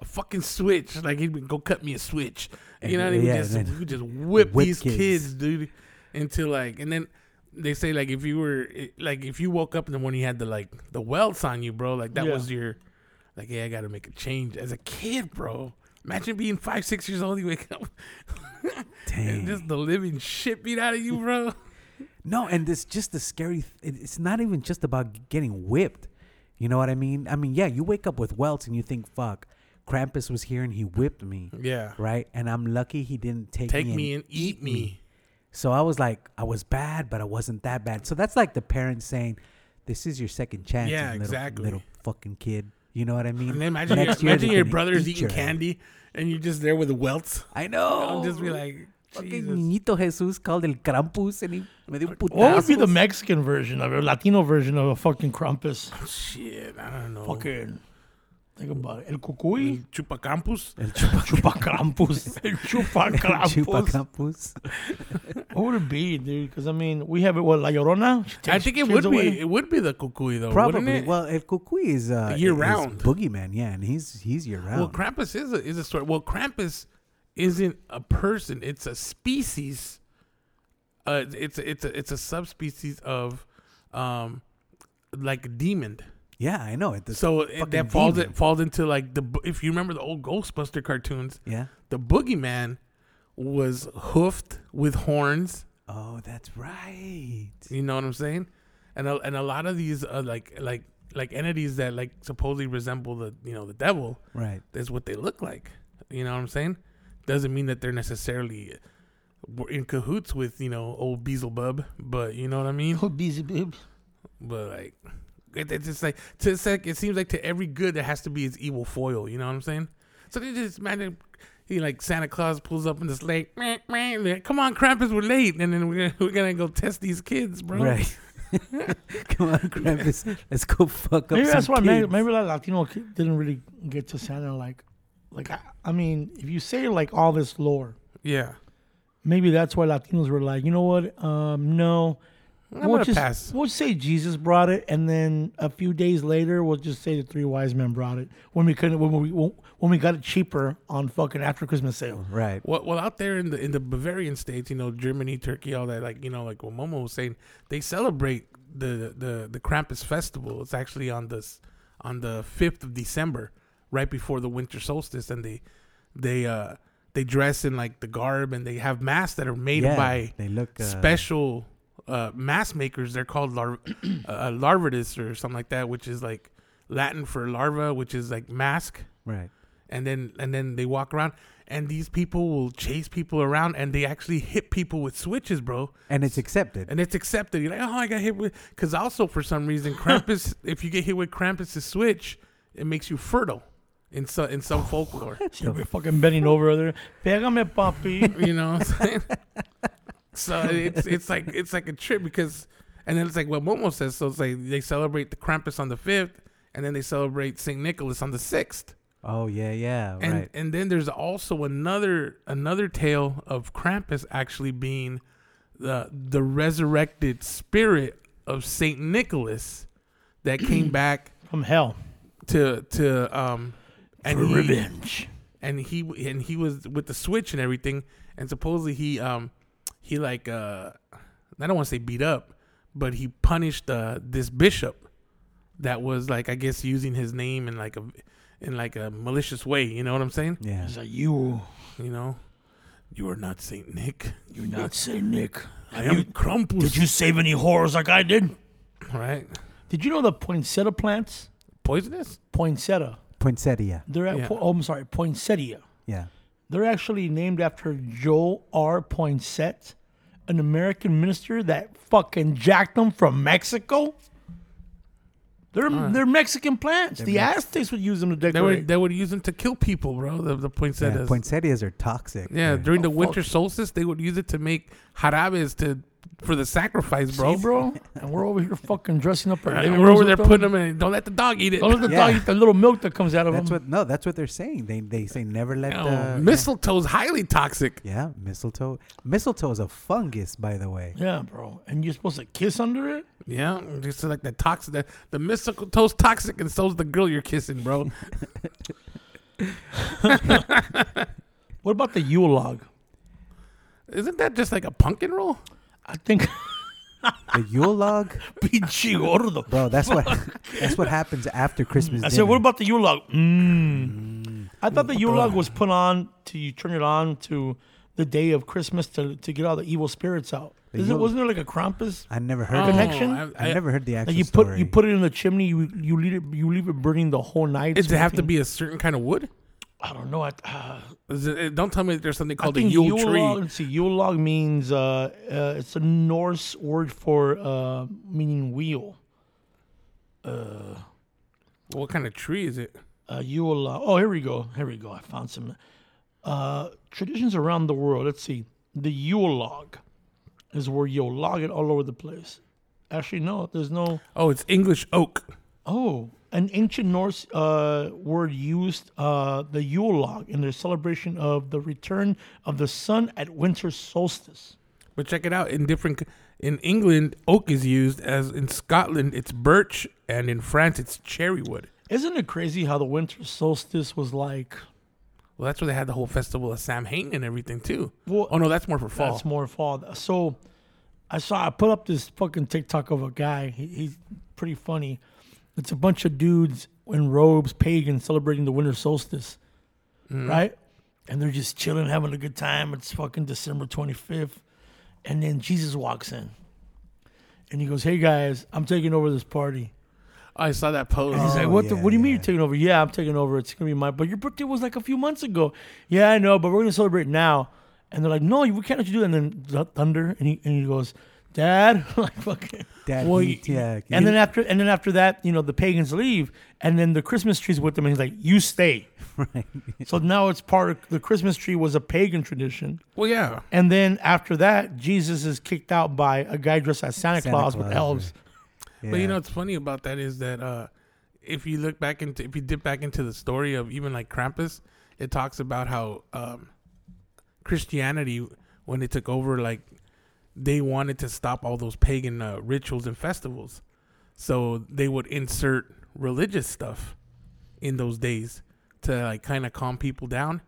a fucking switch. Like he'd be, go cut me a switch. You
And-
know, what I mean?
yeah,
just,
and
we
then
would just whip,
whip
these
kids.
kids. dude, into like, and then they say like if you were it- like if you woke up in the morning, you had the like the welts on you, bro. Like that
Yeah.
was your, like, hey, I got to make a change as a kid, bro. Imagine being five, six years old, you wake up and
Dang.
just the living shit beat out of you, bro.
No, and it's just the scary. Th- it- it's not even just about getting whipped. You know what I mean? I mean, yeah, you wake up with welts and you think, "Fuck, Krampus was here and he whipped me."
Yeah.
Right, and I'm lucky he didn't take,
Take
me,
me and eat me.
So I was like, I was bad, but I wasn't that bad. So that's like the parents saying, "This is your second chance."
Yeah,
you little,
exactly.
Little fucking kid. You know what I mean?
And then imagine, your,
Next year
imagine
they're
your
gonna
brother's
eat
eating
your ass.
candy and you're just there with the welts.
I know.
I'll just be like,
Oh, Fucking
Jesus.
niñito Jesus called el Krampus and he me dio un
What would be the
putazo.
Mexican version of it, Latino version of a fucking Krampus?
Shit, I don't know.
Fucking. Think about it. El Cucuy?
Chupacampus?
El chupa-
Chupacampus. El Chupacampus.
Chupacampus.
What would it be, dude? Because, I mean, we have it, what, La Llorona? She
I
takes
think it
kids
would
away?
be it would be the cucuy though, wouldn't
Probably.
it?
Well, El Cucuy is uh,
Year
is
round.
boogeyman. Yeah, and he's he's year round.
Well, Krampus is a is a story. Well, Krampus isn't a person; it's a species. Uh, it's a, it's a, it's a subspecies of, um, like a demon.
yeah, I know it. So
So it,
fucking
that falls
demon.
it falls into like the bo- if you remember the old Ghostbuster cartoons,
yeah.
the boogeyman was hoofed with horns.
Oh, that's right.
You know what I'm saying? And a, and a lot of these are like like like entities that like supposedly resemble the you know the devil.
Right.
That's what they look like. You know what I'm saying? Doesn't mean that they're necessarily were in cahoots with you know old Beelzebub, but you know what I mean.
Oh, busy, babe.
But like, it, it's just like to it's like, it seems like to every good there has to be its evil foil. You know what I'm saying? So they just imagine he like Santa Claus pulls up in the sleigh. Meh, meh, and they're like, Come on, Krampus, we're late, and then we're gonna, we're gonna go test these kids, bro.
Right. Come on, Krampus. Let's go fuck up.
Maybe
some
that's why
kids.
maybe, maybe like Latino kid didn't really get to Santa. Like, like I, I mean, if you say like all this lore,
Yeah.
maybe that's why Latinos were like, you know what? Um, no,
I'm
we'll
gonna
just
pass.
we'll say Jesus brought it, and then a few days later, we'll just say the three wise men brought it when we couldn't when we when we got it cheaper on fucking after Christmas sale.
Right.
Well, well, out there in the in the Bavarian states, you know, Germany, Turkey, all that, like you know, like what Momo was saying, they celebrate the the the Krampus festival. It's actually on this on the fifth of December, right before the winter solstice, and they they uh they dress in like the garb and they have masks that are made
Yeah,
by
they look, uh,
special uh mask makers. They're called lar- uh, larvatus or something like that, which is like Latin for larva, which is like mask
Right.
and then and then they walk around and these people will chase people around and they actually hit people with switches bro
And it's accepted.
and it's accepted you're like oh i got hit with because also for some reason krampus if you get hit with krampus's switch it makes you fertile in some in some folklore
You'll be fucking bending over there. Pégame, papi.
you know what I'm saying? so it's it's like it's like a trip because and then it's like what momo says so it's like they celebrate the krampus on the 5th and then they celebrate saint nicholas on the 6th
oh yeah, yeah.
and
right.
and then there's also another another tale of Krampus actually being the the resurrected spirit of Saint Nicholas that came back
From hell.
to to um and
For
he-
revenge.
and he and he was with the switch and everything and supposedly he um he like uh I don't want to say beat up but he punished uh this bishop that was like I guess using his name in like a in like a malicious way you know what I'm saying
yeah.
He's like, you,
you know, you are not Saint Nick.
you're not Saint Nick.
I am Krampus.
Did you save any horrors like I did?
right?
Did you know the poinsettia plants?
Poisonous?
Poinsettia.
Poinsettia.
They're at,
Yeah.
po- oh, I'm sorry, poinsettia.
Yeah.
They're actually named after Joel R. Poinsett, an American minister that fucking jacked them from Mexico. They're they're Mexican plants. the
Mex-
Aztecs would use them to
They were
decorate.
they would use them to kill people, bro. The, the
Yeah,
poinsettias. Yeah,
poinsettias are toxic.
during the
Oh, fuck.
winter solstice, they would use it to make jarabes to for the sacrifice, bro.
bro, bro, and we're over here fucking dressing up our.
I mean,
living
we're over
rooms
there
with
putting them in. Don't let the dog eat it.
Don't let the
Yeah.
dog eat the little milk that comes out of
That's
them.
what no, that's what they're saying. They they say never let
Oh,
No,
the
mistletoe's highly toxic.
Yeah, mistletoe. Mistletoe is a fungus, by the way.
yeah, bro. And you're supposed to kiss under it.
Yeah, just like the toxic. The, the mistletoe's toxic, and so's the girl you're kissing, bro.
What about the Yule log?
Isn't that just like a pumpkin roll?
I think
The Yule log,
pinche gordo.
bro. That's what that's what happens after Christmas.
I said,
dinner.
what about the Yule log? Mm. I thought the Yule log was put on to you turn it on to the day of Christmas to, to get all the evil spirits out.
The
Is it,
Yule-
wasn't there like a Krampus?
I never heard of it.
Connection?
Oh, I-
I
I-
never heard the
Oh.
actual
Like you put
story.
you put it in the chimney. You you leave it you leave it burning the whole night.
Does
so
it have to
everything-
be a certain kind of wood?
I don't know. I, uh,
Is it, eh, don't tell me there's something
I
called a
think
Yule,
Yule,
tree.
log. Let's see, Yule log means uh, uh, it's a Norse word for uh, meaning wheel.
What kind of tree is it?
uh, you will. Uh, oh, here we go. Here we go. I found some uh, traditions around the world. Let's see. The Yule log is where you'll log it all over the place. Actually, no. There's no.
Oh, it's English oak.
Oh, an ancient Norse uh, word used uh, the Yule log in their celebration of the return of the sun at winter solstice.
But check it out. In different in England, oak is used as in Scotland it's birch, and in France it's cherry wood.
Isn't it crazy how the winter solstice was like?
Well, that's where they had the whole festival of Samhain and everything too.
Well,
oh no, that's more for fall.
That's more fall. So I saw I put up this fucking TikTok of a guy. He, he's pretty funny. It's a bunch of dudes in robes, pagan, celebrating the winter solstice, right? And they're just chilling, having a good time. It's fucking December twenty fifth, and then Jesus walks in, and he goes, "Hey guys, I'm taking over this party."
I saw that post.
He's like, what? the,
Oh, yeah,
what do you mean
yeah.
you're taking over? Yeah, I'm taking over. It's gonna be mine. But your birthday was like a few months ago. Yeah, I know, but we're gonna celebrate now. And they're like, no, you- we can't let you do that. And then th- thunder, and he and he goes, Dad, like fucking.
Dad,
Well,
eat,
you-
yeah,
And
you-
then after, and then after that, you know, the pagans leave, and then the Christmas tree's with them, and he's like, you stay. Right. so now it's part of the Christmas tree was a pagan tradition,
well, yeah.
and then after that, Jesus is kicked out by a guy dressed as Santa,
Santa
Claus,
Claus,
with elves.
yeah.
But you know what's funny about that is that uh, if you look back into if you dip back into the story of even like Krampus, it talks about how um, Christianity when it took over, like they wanted to stop all those pagan uh, rituals and festivals, so they would insert religious stuff in those days to like kind of calm people down.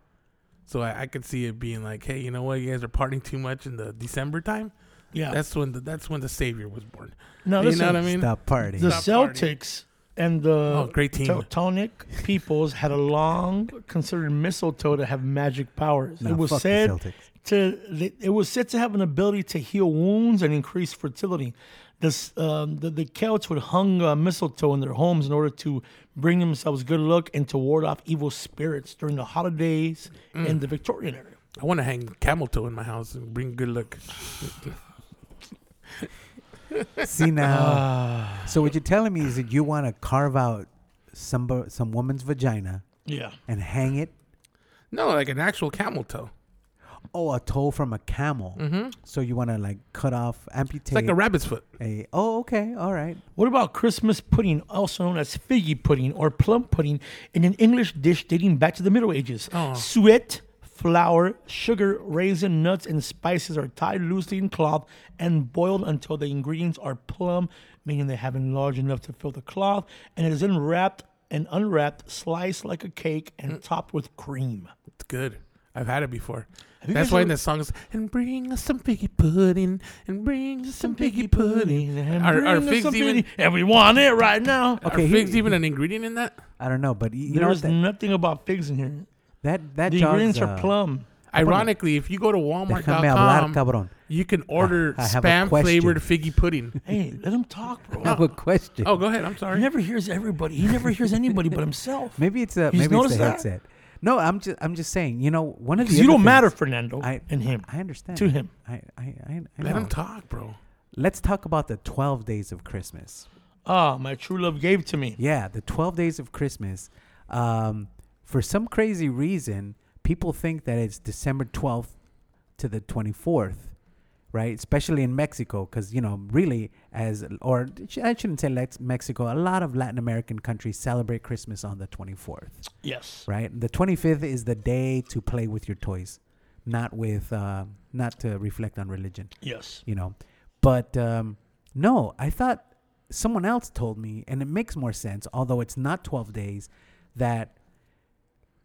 So I, I could see it being like, hey, you know what, you guys are partying too much in the December time.
Yeah.
That's when the that's when the Savior was born.
no,
you know
listen,
what I mean?
stop partying.
the
Stop partying.
Celtics and the
Oh, great team.
Teutonic peoples had a long considered mistletoe to have magic powers.
Nah,
it was
fuck the
said
Celtics.
to it was said to have an ability to heal wounds and increase fertility. This, um, the, the Celts would hung uh, mistletoe in their homes in order to bring themselves good luck and to ward off evil spirits during the holidays in the Victorian era.
I want to hang camel toe in my house and bring good luck.
See now.
Ah.
so what you're telling me is that you want to carve out some some woman's vagina
Yeah,
and hang it.
No, like an actual camel toe.
Oh, a toe from a camel.
Mm-hmm.
So you want to like cut off,
It's
amputate
like a rabbit's foot.
a- Oh, okay, all right.
What about Christmas pudding, also known as figgy pudding or plum pudding, in an English dish dating back to the Middle Ages?
Oh.
Suet, flour, sugar, raisin, nuts, and spices are tied loosely in cloth and boiled until the ingredients are plum, meaning they have enlarged enough to fill the cloth, and it is then wrapped and unwrapped, sliced like a cake, and
Mm.
topped with cream.
It's good. I've had it before.
you
That's
guys
why in
ever-
the songs and bring us some figgy pudding and bring us some figgy pudding.
and
Are, are
bring us
figs
some
even
figgy- and we want it right now.
are
Okay,
figs
here-
even an ingredient in that?
I don't know, but y- you
There
know
is
that,
nothing about figs in here.
that that
The
jogs,
ingredients are
uh,
plum.
Ironically, if you go to
Déjame hablar,
Walmart.com,
cabrón.
you can order
I have a question.
spam flavored figgy pudding.
Hey, let him talk, bro.
I have a question.
Oh, go ahead. I'm
He
sorry.
never hears everybody. He never hears anybody but himself.
Maybe it's
You
a
just
maybe it's
noticed
the
that?
headset. No, I'm just I'm just saying. You know, one of the
Because you
other
don't matter,
things-
Fernando,
I
and him.
I understand
To him.
I I I, I
Let
know.
him talk, bro.
Let's talk about the twelve days of Christmas.
Ah, my true love gave to me.
Yeah, the 12 days of Christmas. Um, for some crazy reason, people think that it's December 12th to the 24th, right? Especially in Mexico, because, you know, really, as, or I shouldn't say Lex- Mexico, a lot of Latin American countries celebrate Christmas on the 24th,
Yes.
right? The 25th is the day to play with your toys, not with, uh, not to reflect on religion
Yes.
you know. But um, no, I thought someone else told me, and it makes more sense, although it's not 12 days, that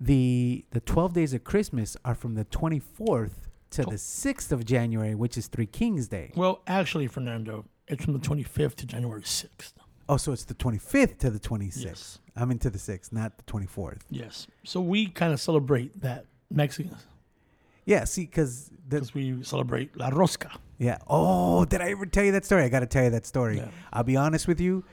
the the 12 days of Christmas are from the 24th to the 6th of January, which is Three Kings Day.
Well, actually, Fernando, it's from the 25th to January 6th.
Oh, so it's the 25th to the 26th.
Yes.
I mean, to the 6th, not the 24th.
Yes. So we kind of celebrate that Mexicans
Yeah, see, because
because we celebrate La Rosca.
Yeah. Oh, did I ever tell you that story? I got to tell you that story.
Yeah.
I'll be honest with you.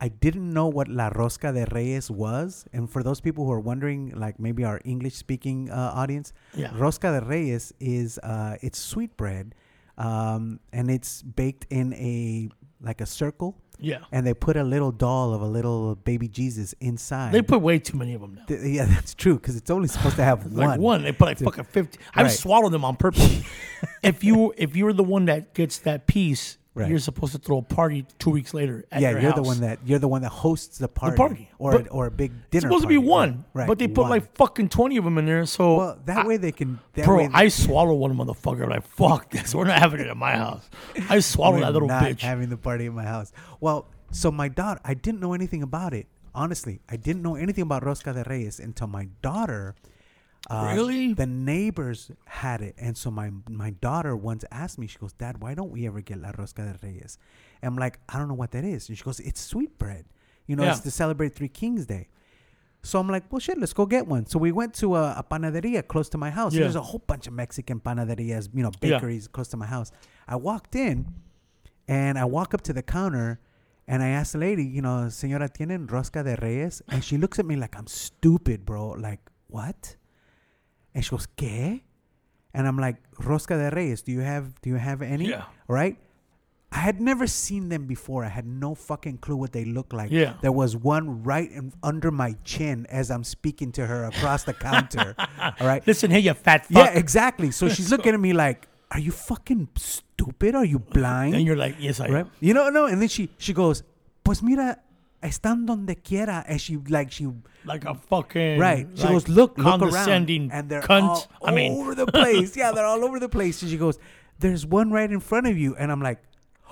I didn't know what La Rosca de Reyes was. And for those people who are wondering, like maybe our English speaking uh, audience,
Yeah.
Rosca de Reyes is uh, it's sweetbread um, and it's baked in a like a circle.
Yeah.
And they put a little doll of a little baby Jesus inside.
They put way too many of them now.
Th- yeah, that's true because it's only supposed to have
Like
one.
one. They put like fucking 50. I've
Right.
swallowed them on purpose. if you if you're the one that gets that piece,
Right.
you're supposed to throw a party two weeks later at
yeah,
your
you're the
house.
one that you're the one that hosts the party,
party.
or
But
a, or a big dinner.
It's supposed to be
party.
one,
right?
but they put
one.
like fucking 20 of them in there. So
Well, that
I-
way they can. That
Bro,
way
I swallow one motherfucker. Like fuck this. We're not having it at my house. I swallow
we're
that little
not
bitch.
having the party at my house. Well, so my daughter, I didn't know anything about it. Honestly, I didn't know anything about Rosca de Reyes until my daughter. uh,
Really?
The neighbors had it, and so my my daughter once asked me. She goes, "Dad, why don't we ever get la Rosca de Reyes?" And I'm like, "I don't know what that is." And she goes, "It's sweetbread. You know,
Yeah.
it's to celebrate Three Kings Day." So I'm like, well, shit, let's go get one. So we went to a, a panaderia close to my house.
Yeah.
There's a whole bunch of Mexican panaderias, you know,
Yeah.
bakeries close to my house. I walked in and I walk up to the counter and I asked the lady, you know, Senora, ¿tienen rosca de reyes? And she looks at me like I'm stupid, bro. Like, what? And she goes, ¿qué? And I'm like, rosca de reyes, do you have, do you have any?
Yeah.
Right? I had never seen them before. I had no fucking clue what they looked like.
Yeah.
There was one right in, under my chin as I'm speaking to her across the counter. All right.
Listen here, you fat
yeah,
fuck.
exactly. So she's looking at me like, "Are you fucking stupid? Are you blind?"
and you're like, yes, I
right?
am.
You know, no. And then she she goes, "Pues mira, están donde quiera," and she like she
Like a fucking
Right. She
like,
goes, look, look around,
condescending
and they're
cunt.
all
I mean,
over the place. yeah, they're all over the place. And she goes, there's one right in front of you, and I'm like,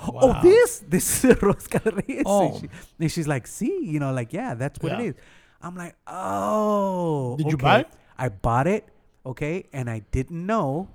oh,
Wow.
this, this is Rosca Reyes.
Oh.
And, she- and she's like, see, you know, like yeah, that's what
Yeah.
it is. I'm like, oh.
Did you
okay."
buy it?
I bought it, okay, and I didn't know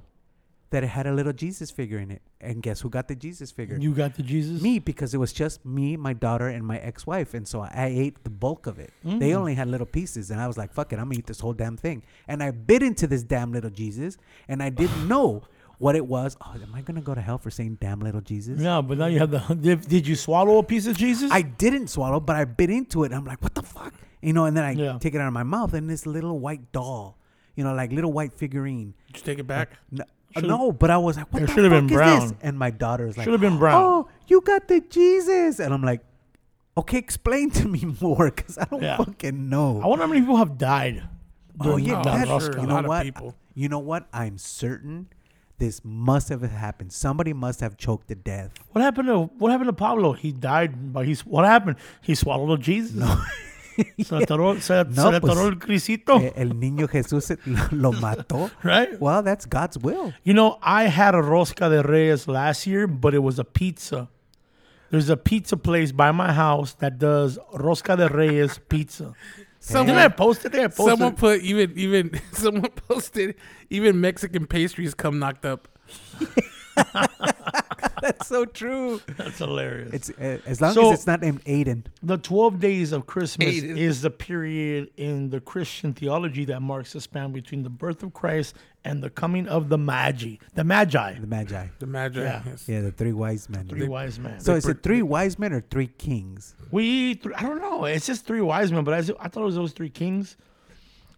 that it had a little Jesus figure in it. And guess who got the Jesus figure?
you got the Jesus.
me because it was just me, my daughter, and my ex-wife, and so I ate the bulk of it. They only had little pieces, and I was like, "Fuck it, I'm gonna eat this whole damn thing." And I bit into this damn little Jesus, and I didn't know what it was. Oh, am I gonna go to hell for saying "damn little Jesus"?
Yeah, but now you have the. Did, did you swallow a piece of Jesus?
I didn't swallow, but I bit into it. And I'm like, "What the fuck?" You know, and then I
Yeah.
take it out of my mouth, and this little white doll, you know, like little white figurine.
Did you take it back?
Uh,
No,
Should've-
no, but I was like, "What
It
the fuck
should've been
is this?"
brown.
And my daughter was like,
Should've been brown.
Oh, you got the Jesus," and I'm like, "Okay, explain to me more, because I don't
Yeah.
fucking know."
I wonder how many people have died.
oh
during
yeah,
Oh,
La
that-
that's-
Rosca.
sure.
you
A
know
lot of
what?
people.
You know what? I'm certain this must have happened. Somebody must have choked to death.
What happened to What happened to Pablo? He died, but he's what happened? He swallowed a Jesus. se le atoró, se, le-
No,
se le
pues,
atoró el crisito.
Eh, El niño Jesús lo lo mató.
Oh. Right.
Well, that's God's will.
You know, I had a rosca de reyes last year, but it was a pizza. There's a pizza place by my house that does rosca de reyes pizza. Didn't I
Someone,
post it there? I posted
someone
it.
put even even someone posted even Mexican pastries come knocked up.
That's so true.
That's hilarious.
It's uh, as long
So-
as it's not named Aiden.
the 12 days of Christmas
Eight is-
is the period in the Christian theology that marks the span between the birth of Christ and the coming of the Magi. The Magi.
The Magi.
The Magi.
Yeah.
yes.
Yeah, the three wise men.
Three wise men.
So is it three wise men or three kings?
We, th- I don't know. It's just three wise men, but I, s- I thought it was those three kings.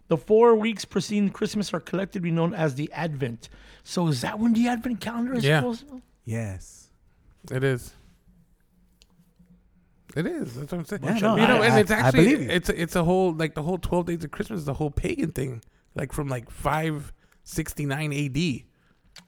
The four weeks preceding Christmas are collectively known as the Advent. So is that when the Advent calendar is
Yeah.
supposed to?
Yes.
It is. It is. That's what I'm saying.
Yeah, no,
you know,
I-
and
I-
it's
I
actually
believe you.
it's a, it's a whole like the whole twelve days of Christmas, is the whole pagan thing, like from like five sixty nine A.D.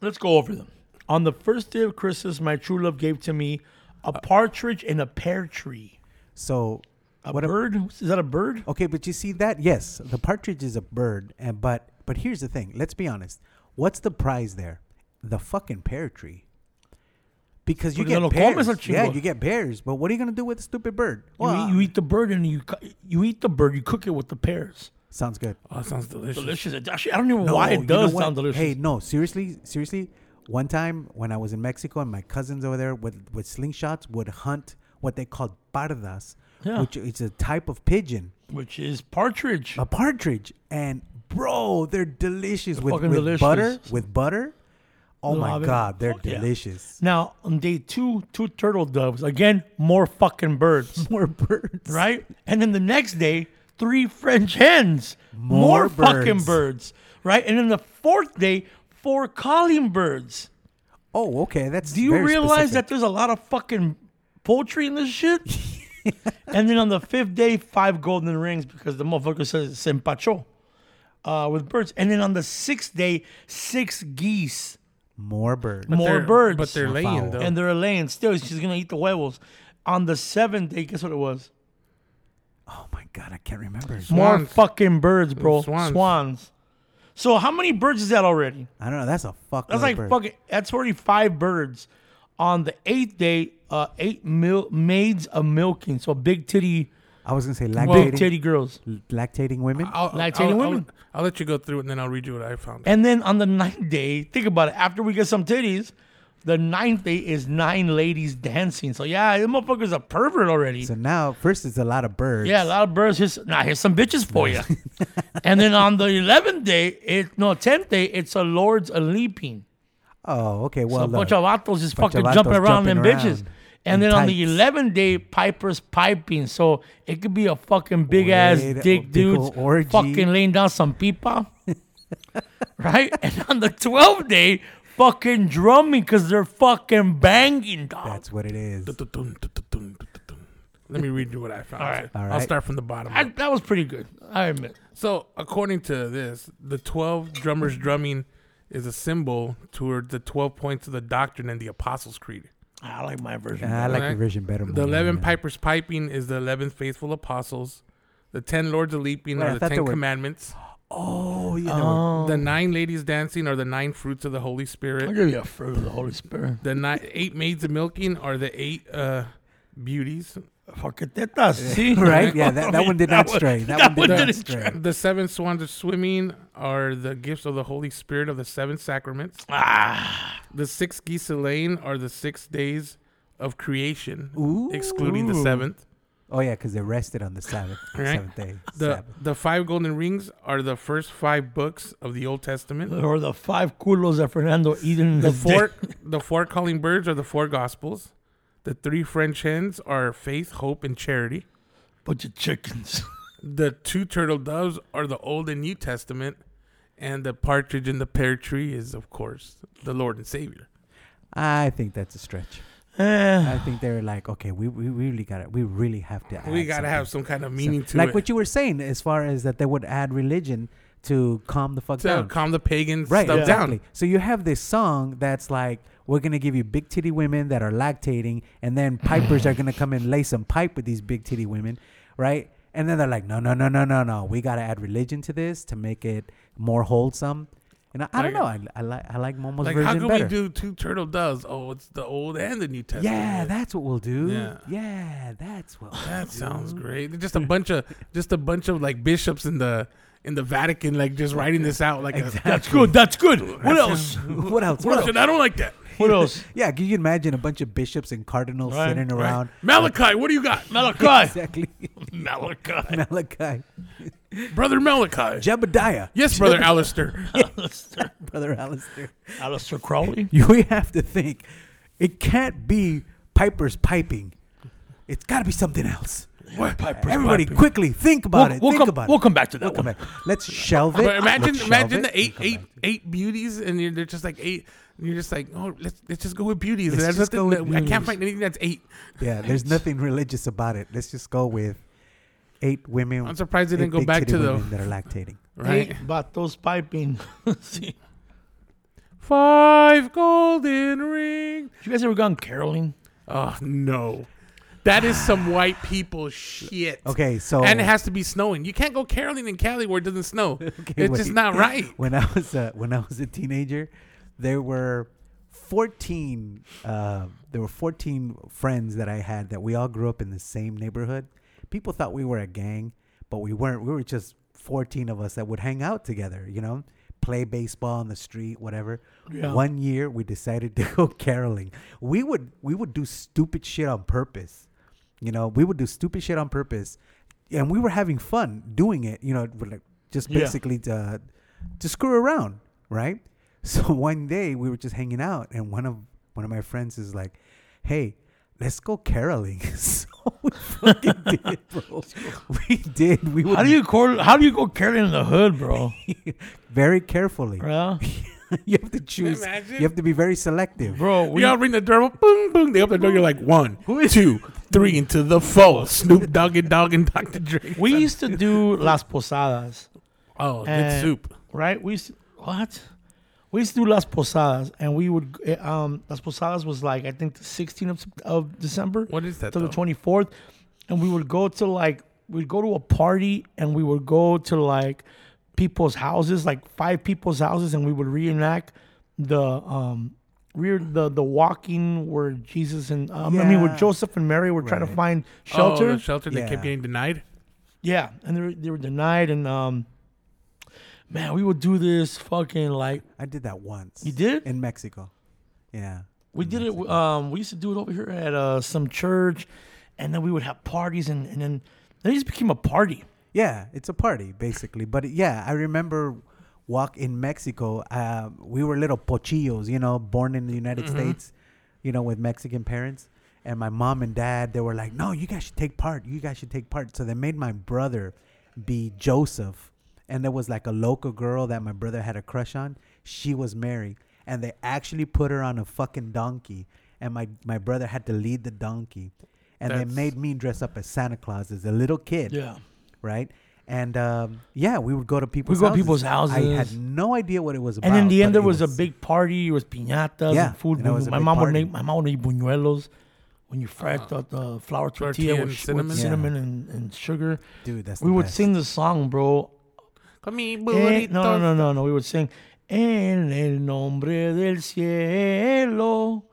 Let's go over them. On the first day of Christmas, my true love gave to me a
Uh,
partridge and a pear tree.
So
A
what a-
bird? Is that a bird?
Okay, but you see that? Yes, the partridge is a bird, and but but here's the thing. Let's be honest. What's the prize there? The fucking pear tree. Because you
Porque no
get
lo
pears.
comes al
yeah,
chingo.
you get pears. But what are you gonna do with the stupid bird?
you, eat, you eat the bird and you cu- you eat the bird. You cook it with the pears.
sounds good.
Oh, it sounds delicious.
Delicious. Actually, I don't even know
No,
why it
you know
does
what?
sound delicious.
Hey, no, seriously, seriously. One time when I was in Mexico and my cousins over there with with slingshots would hunt what they called pardas,
Yeah.
which is a type of pigeon.
Which is partridge.
a partridge, and bro, they're delicious with,
fucking
with
delicious.
butter. With butter, oh my
Love it.
god, they're
Fuck yeah.
delicious.
Now on day two, two turtle doves. Again, more fucking birds,
More birds,
right? And then the next day, three French hens, more,
More
fucking
birds.
birds, right? And then the fourth day, four calling birds.
Oh, okay, that's.
Do you realize that there's a lot of fucking poultry in this shit? and then on the fifth day, five golden rings because the motherfucker says it's empacho uh, with birds. And then on the sixth day, six geese,
more birds?
more
They're-
birds.
but they're laying
foul.
though.
and they're laying still. She's gonna eat the huevos. On the seventh day, guess what it was?
Oh my god, I can't remember.
More
Swans.
fucking birds, bro. Swans.
Swans.
So how many birds is that already?
I don't know. That's a fuck.
That's like fucking. That's already five birds. On the eighth day, uh, eight mil- maids of milking. So big titty,
I was gonna say
big
lactating,
titty girls.
lactating women.
I'll,
Like
I'll,
Taylor
I'll-
Women.
I'll let you go through it and then I'll read you what I found.
And then on the ninth day, think about it. After we get some titties, the ninth day is nine ladies dancing. So yeah, the motherfucker's a pervert already.
So now, first it's a lot of birds.
Yeah, a lot of birds. Here's now here's some bitches for you. and then on the eleventh day, it no tenth day, it's a lords a leaping.
Oh, okay.
So
Well,
a bunch
look,
of vatos just
bunch of
fucking jumping
vatos
around them
jumping
bitches.
around
And
in
then on the
tights.
eleventh day, pipers piping. So it could be a fucking big ass
Wait, a
dick
big
dudes
ol' orgy.
fucking laying down some pipa, right? And on the twelfth day, fucking drumming because they're fucking banging, dog.
that's what it is.
Dun, dun, dun, dun, dun, dun. Let me read you what I found.
All right.
All
I'll
right.
start from the bottom.
I,
up.
that was pretty good. I admit.
So, according to this, the 12 drummers drumming is a symbol toward the 12 points of the doctrine and the Apostles' Creed.
I like my version.
I like
Alright.
the version better.
The
more,
11
man.
pipers piping is the 11 faithful apostles. The 10 lords of leaping
Wait, I
are the
thought
10
there were-
commandments.
Oh, you know.
Oh,
The nine ladies dancing are the nine fruits of the Holy
I'll
Spirit.
give you a fruit of the Holy Spirit.
The nine, eight maids of milking are the eight uh, beauties.
Fucking tetas, see?
Right? Yeah, that, that one did not
one-
stray. That,
that one
one did not
didn't
stray.
The seven swans of swimming are the gifts of the Holy Spirit of the seven sacraments.
Ah.
The six geese slain are the six days of creation, excluding the
Ooh.
seventh.
Oh yeah, because they rested on the Sabbath, the
Right.
seventh day.
The
Sabbath.
the five golden rings are the first five books of the Old Testament.
Or the five culos that Fernando eating
The
the
four the four calling birds are the four gospels. The three French hens are faith, hope, and charity.
bunch of chickens.
The two turtle doves are the Old and New Testament, and the partridge in the pear tree is, of course, the Lord and Savior.
I think that's a stretch.
Eh,
I think they're like, okay, we, we really got to We really have to. Add
we gotta have
something.
some kind of meaning to
like
it.
what you were saying, as far as that they would add religion to calm the fuck
to
down.
calm the pagans
right,
stuff
exactly.
down.
So you have this song that's like, we're gonna give you big titty women that are lactating, and then pipers are gonna come and lay some pipe with these big titty women, right? And then they're like, no, no, no, no, no, no. We gotta add religion to this to make it more wholesome. And I, I don't know. I,
Like-
I like I like Momo's
Like
version
how can
better.
we do two turtle doves? Oh, it's the old and the New Testament.
Yeah, that's what we'll do.
Yeah.
Yeah, that's what.
that sounds great. Just a bunch of just a bunch of like bishops in the in the Vatican, like just writing this out. Like a-
that's good. That's good. What else?
what else?
what
What
else?
else?
And I don't like that.
What else?
Yeah, can you imagine a bunch of bishops and cardinals
Right,
sitting
Right?
around?
Malachi, what do you got,
Malachi.
Exactly.
Malachi.
Malachi,
brother Malachi?
Jebediah,
Yes, brother Alistair.
Alistair,
brother Alistair.
Alistair Crowley.
You we have to think. It can't be Piper's piping. It's got to be something else.
What?
Piper's
Everybody,
piping.
quickly think about
We'll-
it.
we'll
think
come-
about
we'll
it.
come back to that
We'll come
one.
back. Let's shelve it.
But imagine
Let's shelve
imagine
it
the eight
and come
eight
back.
eight beauties and you're- they're just like eight And you're just like, oh, let's let's just go with beauties.
Let's
There's
just
nothing
go
that-
with
I can't
beauties.
find anything that's eight.
Yeah, there's nothing religious about it. Let's just go with eight women.
I'm surprised they
eight
didn't go
big
back
titty
to the
women that are lactating.
right.
But those piping. See,
Five golden rings.
you guys ever gone caroling?
Oh no, that is some white people shit.
Okay, so
And it has to be snowing. You can't go caroling in Cali where it doesn't snow. it's
wait.
just not right.
when I was a, when I was a teenager, there were fourteen uh, there were fourteen friends that I had that we all grew up in the same neighborhood. People thought we were a gang, but we weren't. We were just fourteen of us that would hang out together. You know, play baseball on the street, whatever.
Yeah.
One year we decided to go caroling. We would we would do stupid shit on purpose. You know, we would do stupid shit on purpose, and we were having fun doing it. You know, we're like just
Yeah.
basically to to screw around, right? So one day we were just hanging out, and one of one of my friends is like, "Hey, let's go caroling." so we fucking did, bro. We did. We would
How do you cor- How do you go caroling in the hood, bro?
very carefully.
Bro,
you have to choose.
imagine?
You have to be very selective.
bro, we
We all ring the doorbell, boom, boom. They open the door. You're like one, two, three, into the four. Snoop Dogg and Dogg and Dr. Dre.
we used to do las posadas,
oh, good
And-
soup.
right? We used to, what? We used to do las posadas, and we would eh, um las posadas was like I think the 16th of, Sep- of December.
What is that?
to the
though?
24th and we would go to like we'd go to a party and we would go to like people's houses like five people's houses and we would reenact the um rear the the walking where jesus and um, i mean where
Yeah.
joseph and mary were trying to
Right.
find
Oh,
shelter
the shelter. They kept
Yeah.
getting denied.
yeah and they were, they were denied and um man we would do this fucking like
I did that once.
You did?
in Mexico. Yeah.
We did it. Um, we used to do it over here at uh, some church, and then we would have parties, and, and then then it just became a party.
Yeah, it's a party basically. But yeah, I remember walk in Mexico. Um, we were little pochillos, you know, born in the United States, you know, with Mexican parents. And my mom and dad, they were like, "No, you guys should take part. You guys should take part." So they made my brother be Joseph, and there was like a local girl that my brother had a crush on. She was Mary, and they actually put her on a fucking donkey, and my my brother had to lead the donkey, and
That's-
they made me dress up as Santa Claus as a little kid
Yeah.
right? And um, yeah, we would go to people's.
go to
houses.
people's
I had
houses.
no idea what it was about.
And in the end,
but
there
it
was, a big party. It was piñatas
Yeah,
and food.
and it was a
my
big
mom would
party.
make my mom would make buñuelos when you fried the, the flour Uh-huh. tortilla
and
with, sh-
cinnamon.
with
Yeah.
cinnamon and, and sugar.
dude. That's
we
the
would
best.
sing the song, bro.
Come here,
Eh,
burritos.
no, no, no, no, no. We would sing En el nombre del cielo.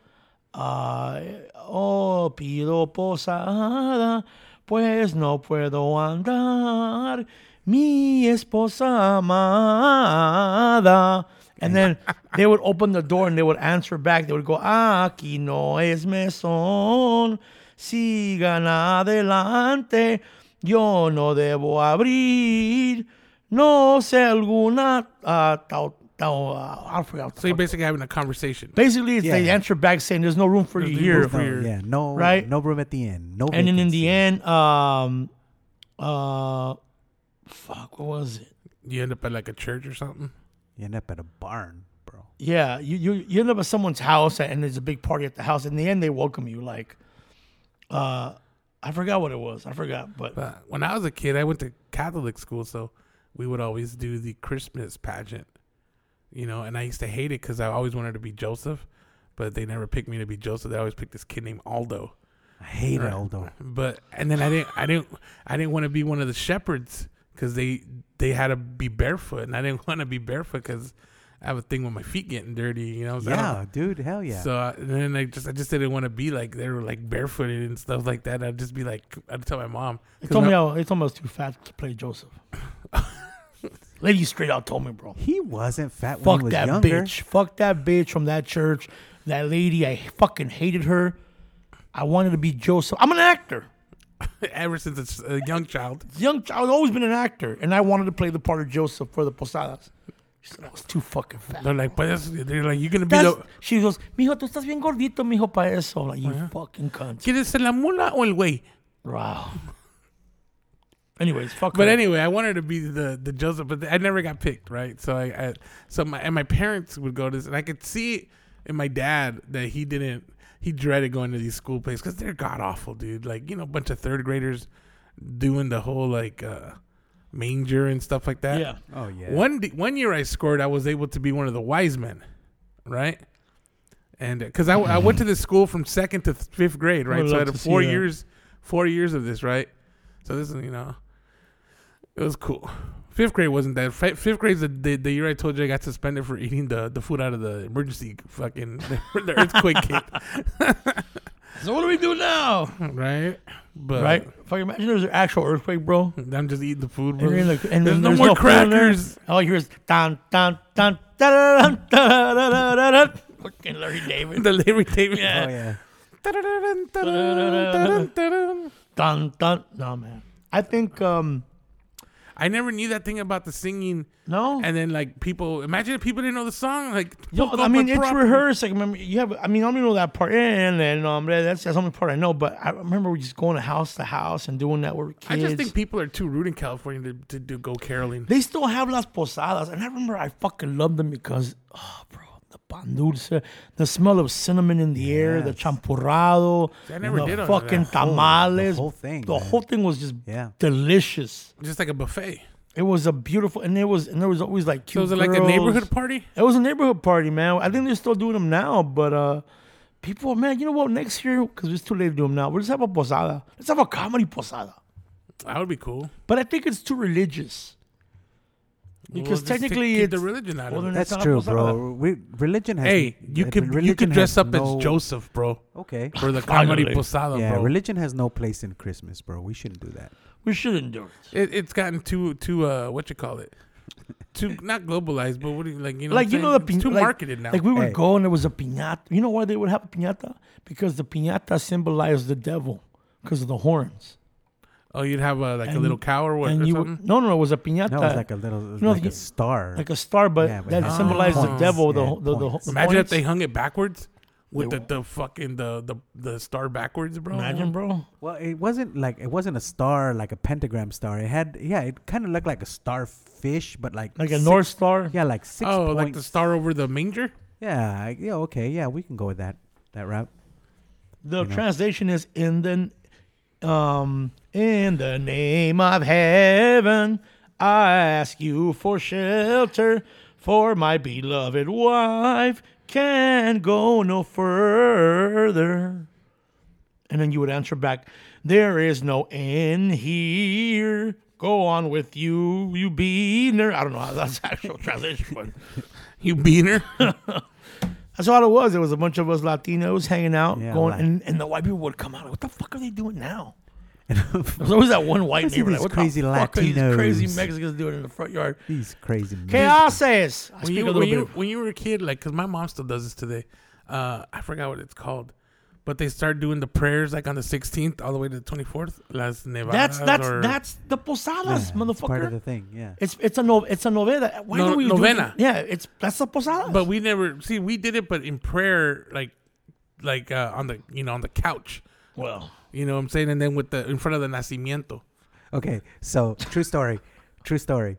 ah, oh, pido posada, pues no puedo andar. Mi esposa amada. And then they would open the door and they would answer back. They would go, Aquí no es mesón. Sigan adelante. Yo no debo abrir. No sé alguna. Uh, tau- tau- uh, I forgot.
So you're basically having a conversation.
Basically, it's they
Yeah.
answer back saying there's no room for you
There's no
here.
room for you.
No, yeah, no,
Right?
No room at the end. No.
And then in the
vacancy.
end, um, uh, fuck, what was it?
You end up at like a church or something.
you end up at a barn, bro.
Yeah, you, you you end up at someone's house and there's a big party at the house. In the end, they welcome you. Like, uh, I forgot what it was. I forgot, but
But when I was a kid, I went to Catholic school, so we would always do the Christmas pageant, you know. And I used to hate it because I always wanted to be Joseph, but they never picked me to be Joseph. They always picked this kid named Aldo.
I hate it, Aldo.
But and then I didn't, I didn't, I didn't want to be one of the shepherds because they they had to be barefoot, and I didn't want to be barefoot because I have a thing with my feet getting dirty, you know. so I don't-
Yeah, dude. Hell yeah.
So I, and then I just I just didn't want to be like they were like barefooted and stuff like that. I'd just be like I'd tell my mom.
they told me I, they told me I was too fat to play Joseph. Lady straight out told me, bro.
he wasn't fat when
Fuck
he was
that
younger.
bitch. Fuck that bitch from that church. That lady, I fucking hated her. I wanted to be Joseph. I'm an actor.
ever since a, a young child.
Young, I've always been an acter, and I wanted to play the part of Joseph for the Posadas. She said I was too fucking fat.
They're like, but that's, they're like, you're gonna be
That's-
the.
she goes, mijo, tú estás bien gordito, mijo, para eso. Like, you fucking cunt.
¿Quieres ser la mula o el güey?
Wow. Anyways, fuck
But
her.
anyway, I wanted to be the the Joseph, but I never got picked, right? So I, I so my and my parents would go to this, and I could see and my dad that he didn't he dreaded going to these school plays because they're god awful, dude. Like you know, a bunch of third graders doing the whole like uh, manger and stuff like that.
Yeah.
Oh yeah.
One d- one year I scored, I was able to be one of the wise men, right? And because I, w- I went to this school from second to th- fifth grade, right?
would
So I
love
had
to see
four
that.
years, four years of this, right? So this is you know, it was cool. Fifth grade wasn't that. Fi- Fifth grade's the, the the year I told you I got suspended for eating the the food out of the emergency fucking the earthquake kit,
So what do we do now?
right? But
Right? Fuck, imagine there's an actual earthquake, bro.
I'm just eating the food.
And,
bro.
you're like,
There's
and then
no
there's
more
no food in there.
crackers.
All you hear is dun dun dun dun dun dun dun dun dun. Fucking Larry David.
the Larry David.
Oh yeah.
Da-da-dun, da-dun, da-dun, da-dun.
Dun dun. No man. I think um
I never knew that thing about the singing.
no.
And then like people, imagine if people didn't know the song. Like,
Oh. Yo,
fuck
I
up
mean,
a
it's
prop.
rehearsed. Like, remember, you have. I mean, I don't even know that part. And then, um, that- that's that's the only part I know. But I remember we just going to house to house and doing that with kids.
I just think people are too rude in California to, to, do go caroling.
they still have las posadas, and I remember I fucking loved them because, oh, bro, the pan dulce, the smell of cinnamon in the air, the
Yes.
champurrado,
I never
the
did all
fucking
that.
tamales,
whole thing,
the
man.
whole thing was just
Yeah.
delicious.
Just like a buffet.
It was a beautiful, and it was, and there was always like
So
cute.
was it like a
girls.
neighborhood party?
It was a neighborhood party, man. I think they're still doing them now, but uh, people, man, you know what? Next year, because it's too late to do them now, we'll just have a posada. Let's have a comedy posada.
That would be cool.
But I think it's too religious.
Well,
Because
just to
technically,
keep
it's.
the religion out
well,
of
then
it.
That's
not a
true,
posada.
bro. We, religion has.
Hey, you
uh,
could you
religion
could dress
has
up
no-
as Joseph, bro,
Okay.
for the comedy
Finally.
posada,
Yeah,
bro.
religion has no place in Christmas, bro. We shouldn't do that.
We shouldn't do it.
It, it's gotten too too uh what you call it, too not globalized, but what do you like you know what
Like
I'm
you know
saying?
the pi-
It's too
like,
marketed now.
Like we would
Hey.
go and there was a piñata. You know why they would have a piñata? Because the piñata symbolized the devil because of the horns.
oh, you'd have a, like a
And-
little cow or what or
and you
something.
would, no, no, no, it was a piñata.
No, it's like a little,
know,
like
you-
a star.
like a star, but
Yeah, but it
that
has
symbolized the
points.
devil.
Yeah,
the, the, the,
points.
the
Imagine if
points.
they hung it backwards with
They
the, the fucking the, the the star backwards, bro.
Imagine, bro.
well, it wasn't like it wasn't a star, like a pentagram star. It had, yeah, it kind of looked like a starfish, but like
Like a
six-
North Star.
Yeah, like six
Oh,
points.
like the star over the manger.
yeah, I- yeah, okay, yeah, we can go with that that route.
The translation is in the um in the name of heaven I ask you for shelter for my beloved wife can go no further. And then you would answer back, There is no end here. Go on with you, you beaner. I don't know how that's actual translation, but
You beaner.
That's all it was. It was a bunch of us Latinos hanging out,
Yeah,
going,
like-
and, and the white people would come out. Like, what the fuck are they doing now? There's always that one white
Look at
neighbor. Like,
these
what
crazy
the fuck are these crazy
Latinos."
Mexicans doing in the front yard?
These crazy. men.
Chaoses. I
when,
speak a
you,
little
when,
bit.
you,
of-
when you were a kid, like, cause my mom still does this today. Uh, I forgot what it's called, but they start doing the prayers like on the 16th all the way to the 24th. Las Nevadas.
That's that's
or-
that's the posadas,
Yeah, it's part of
motherfucker.
the thing. Yeah.
it's it's a no, it's a novena. Why
No-
do we do
novena.
it? yeah, it's that's the posadas.
But we never see we did it, but in prayer, like, like uh, on the you know on the couch.
well,
You know what I'm saying? And then with the in front of the nacimiento.
Okay, so true story, true story.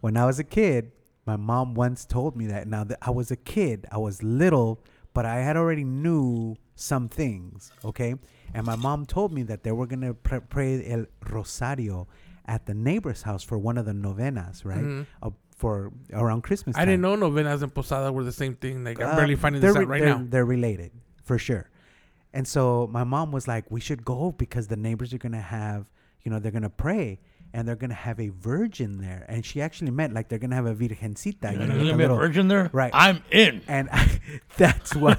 When I was a kid, my mom once told me that. Now that I was a kid, I was little, but I had already knew some things. Okay, and my mom told me that they were gonna pr- pray el rosario at the neighbor's house for one of the novenas, right? Uh, for around Christmas.
Mm-hmm. I
time.
didn't know novenas and posada were the same thing. Like I'm
Uh,
barely finding
they're
this out right
re- they're-
now.
They're related for sure. And so my mom was like, "We should go because the neighbors are gonna have, you know, they're gonna pray and they're gonna have a virgin there." And she actually meant like they're gonna have a virgencita, you know,
there's
like
gonna
a
be a
little-
virgin there,
right?
I'm in.
and I, that's why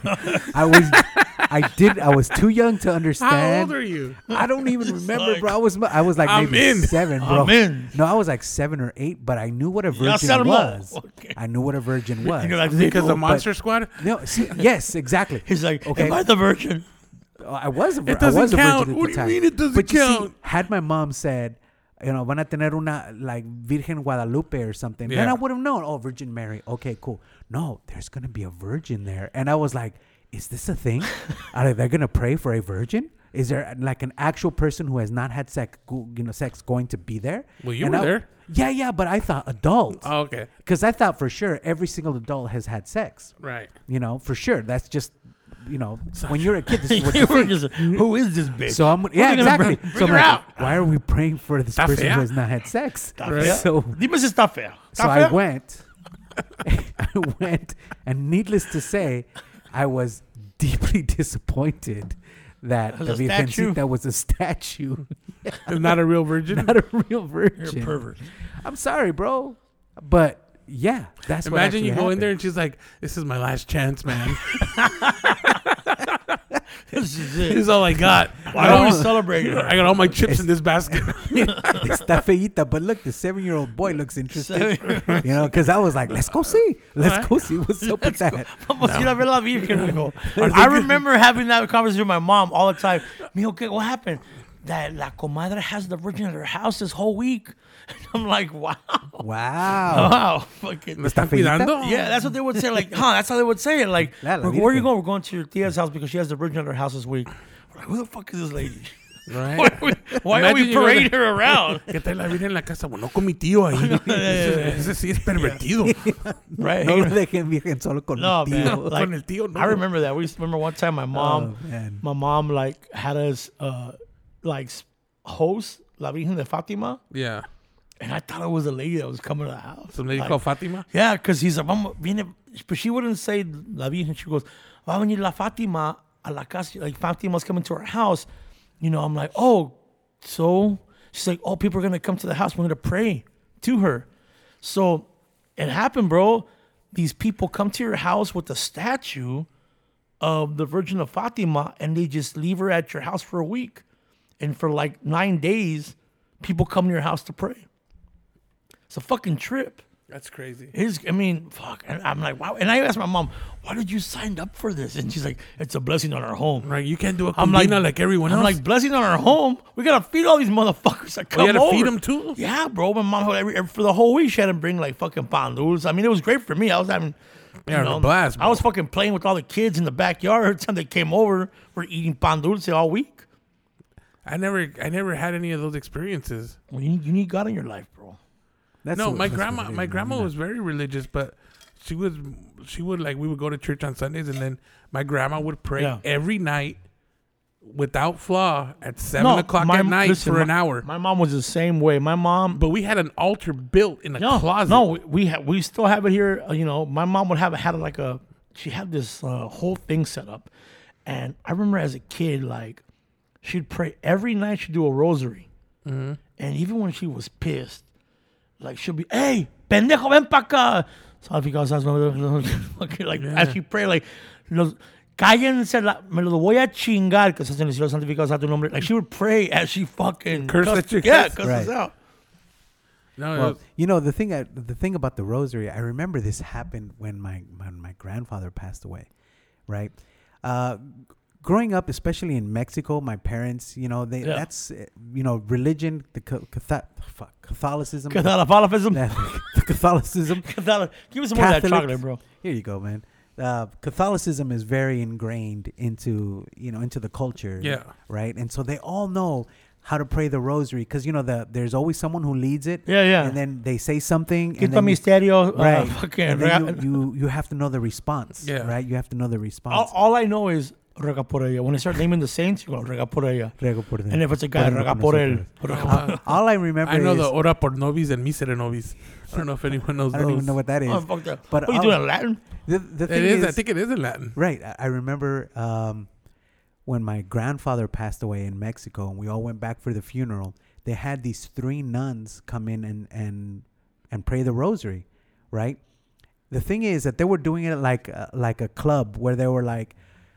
I was, I did, I was too young to understand.
How old are you?
I don't even remember,
like,
bro. I was, mu- I was like
I'm
maybe
in.
seven, bro.
I'm in.
No, I was like seven or eight, but I knew what a virgin
salmo.
was.
Okay.
I knew what a virgin was.
And you're like,
Because the
"Dude."
Monster Squad?
No, see, yes, exactly.
He's like,
Okay.
am I the virgin?
Oh, I was a vir- I
doesn't
was a
count.
virgin at
What do
the
you
time.
mean it doesn't
but you see,
count?
had my mom said, you know, van a tener una like Virgen Guadalupe or something, then
Yeah.
I would have known. Oh, Virgin Mary. Okay, cool. No, there's gonna be a virgin there, and I was like, is this a thing? Are they gonna pray for a virgin? Is there like an actual person who has not had sex, go- you know, sex going to be there?
Well, you
And
were
I-
there.
Yeah, yeah, but I thought adult.
Oh, okay.
Because I thought for sure every single adult has had sex.
Right.
You know, for sure. That's just, you know, when you're a kid, this is what
You
you
were
think.
just, Who is this bitch?
So I'm, yeah,
are you gonna
exactly.
bring-
so I'm
her
like,
out.
why are we praying for this
Está
person
fea.
who has not had sex?
fea.
So
Dime si está fea.
so
¿Está
I
fea?
went. I went, and needless to say, I was deeply disappointed that
was a
the
statue.
Virgencita was a statue,
It's not a real virgin.
not a real
You're
virgin.
a pervert.
I'm sorry, bro, but yeah, that's what
Imagine
actually
you go in
happened.
there and she's like, "This is my last chance, man.
This is
this
it.
is all I got.
Why
I
are we
got all-
celebrating
I
her?
got all my chips in this basket."
Está feita, but look, the seven-year-old boy looks interested. you know, because I was like, let's go see, let's
Alright.
go see what's up with that.
Vamos a ir a ver la Virgen, mijo. I remember having that conversation with my mom all the time. Mijo, ¿qué, what happened? That la comadre has the Virgin at her house this whole week. I'm like, wow.
Wow,
Wow. Fucking.
¿Me están
feita?
cuidando?
Yeah, that's what they would say. Like, huh? That's how they would say it. Like,
La- la
where, where are you
Virgen.
going? We're going to your tia's house because she has the Virgin at her house this week. We're like, who the fuck is this lady? Why
Right.
are we, why are
Imagine
we
you go
parading her around?
¿Qué tal la vida en la casa? Bueno, con mi tío ahí. ese, ese sí es pervertido.
Right?
no lo dejen virgen solo con
No,
el
man.
tío.
Like,
con el tío, no.
I remember that. We used to remember one time my mom,
Oh, man.
my mom like had us uh like s- host La Virgen de Fatima,
Yeah.
and I thought it was a lady that was coming to the house.
Some lady
Like,
called Fatima.
Yeah, because he's like, "Vamos, viene," but she wouldn't say La Virgen. She goes, "Va a venir la Fatima a la casa." Like Fatima's coming to our house. You know, I'm like, "Oh, so?" She's like, "Oh, people are gonna come to the house. We're gonna pray to her." So it happened, bro. These people come to your house with a statue of the Virgin of Fatima, and they just leave her at your house for a week, and for like nine days, people come to your house to pray. It's a fucking trip.
That's crazy.
His, I mean, fuck. And I'm like, wow. And I asked my mom, why did you sign up for this? And she's like, it's a blessing on our home.
Right. You can't do a
I'm
like,
like,
like everyone else.
I'm like, blessing on our home. We gotta feed all these motherfuckers that
Oh,
come
you had to
over.
feed them too?
Yeah, bro. My mom had every, every- for the whole week. She had to bring like fucking fondues. I mean, it was great for me. I was having,
Yeah, a blast,
I was fucking playing with all the kids in the backyard. Every time they came over, we're eating pan dulce all week.
I never, I never had any of those experiences.
Well, you, you need God in your life, bro.
That's
no,
what-
my
that's what it
grandma,
is,
my
man.
grandma was very religious, but she was, she would like we would go to church on Sundays, and then my grandma would pray
Yeah.
every night, without flaw, at seven
No,
o'clock
my-
at night
listen,
for
my-
an hour.
My mom was the same way. My mom,
but we had an altar built in a
No,
closet.
no, we we, ha- we still have it here. Uh, you know, my mom would have had like a she had this uh, whole thing set up, and I remember as a kid, like she'd pray every night. She'd do a rosary,
Mm-hmm.
and even when she was pissed, like she'll be, "Hey, pendejo, ven pa' acá." So if you guys ask me, okay, like as she pray, like los. Cállense, la, me lo voy a chingar, que se hacen los santificados a tu nombre. Like, she would pray as she fucking
Curse
cussed-
that you
Yeah,
curse.
cuss us
Right.
out.
no, it
Well,
was-
you know the thing. I, the thing about the rosary, I remember this happened when my when my grandfather passed away, right? Uh, growing up, especially in Mexico, my parents, you know, they
Yeah.
that's uh, you know religion, the ca- catho- fuck, Catholicism,
Catholicism.
the Catholicism.
Catholic. Give me some more of that
Catholics-
chocolate, bro.
Here you go, man. Uh, Catholicism is very ingrained into you know into the culture,
Yeah.
right. And so they all know how to pray the rosary because you know the there's always someone who leads it,
Yeah, yeah.
and then they say something, and
Quinto
then you-
misterio.
right?
Uh, fucking
and
rea-
then you, you you have to know the response,
Yeah.
right? You have to know the response.
all, all I know is Rega por ella. When I start naming the saints, you go Rega por ella.
Ruego por-
And if it's a guy,
por-
Rega por el.
all, all I remember,
I know
is,
the ora por nobis and misere nobis. I don't know if anyone knows
I don't
those. Um,
even know what that is.
Oh, fuck that.
But um,
What are you
all-
doing in Latin?
the, the thing
it is. I think it is in Latin.
Right. I- I remember um, when my grandfather passed away in Mexico and we all went back for the funeral, they had these three nuns come in and, and, and pray the rosary, right? The thing is that they were doing it like uh, like a club where they were like,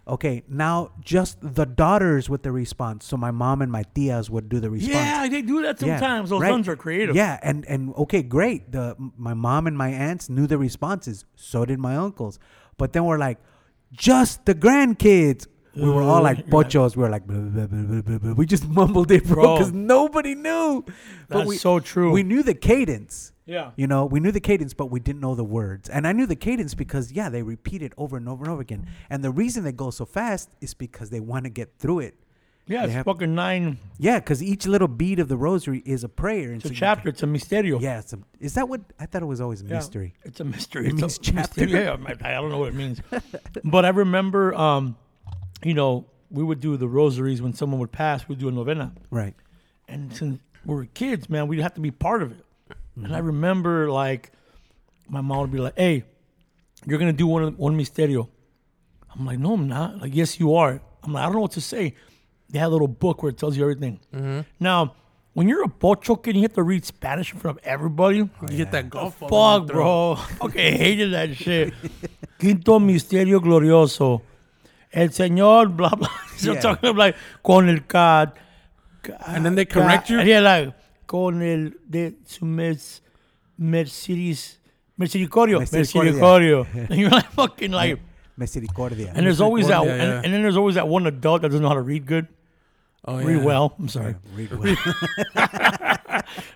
okay, now just the daughters with the response. So my mom and my tias would do the response.
Yeah, they do that
Yeah,
sometimes. Those
right.
nuns are creative.
Yeah, and and okay, great. The my mom and my aunts knew the responses. So did my uncles. But then we're like, just the grandkids. We were all like pochos. We were like, blah, blah, blah, blah, blah, blah. we just mumbled it, bro,
Bro.
because nobody knew.
That's so true.
We knew the cadence.
Yeah.
You know, we knew the cadence, but we didn't know the words. And I knew the cadence because, yeah, they repeat it over and over and over again. And the reason they go so fast is because they want to get through it
Yeah, it's
have-
fucking nine.
Yeah, because each little bead of the rosary is a prayer. And
It's a
so you-
chapter. It's a misterio.
Yeah, it's a, is that what I thought it was always a
Oh. Yeah.
mystery.
It's a mystery.
It means
a
chapter.
mystery. Yeah, I, I don't know what it means. but I remember, um, you know, we would do the rosaries when someone would pass. We'd do a novena,
Right.
and since we were kids, man, we'd have to be part of it. And I remember, like, my mom would be like, "Hey, you're gonna do one one misterio." I'm like, "No, I'm not." Like, "Yes, you are." I'm like, "I don't know what to say." They had a little book where it tells you everything. Now, when you're a pocho kid, you have to read Spanish in front of everybody.
You get that golf ball.
Fuck,
in your throat.
bro. Fucking hated that shit. Quinto misterio glorioso. El señor, blah, blah. So
Yeah.
talking about like, con el cad.
And then they
Ah,
correct you.
Yeah, like, con el de su mes, mercedes, mercedicorio.
Misericordia.
Mercedicorio. and you're like, fucking like,
Misericordia.
and there's always that,
Misericordia, yeah.
and, and then there's always that one adult that doesn't know how to read good,
Oh,
read
yeah.
well. I'm sorry.
Read well.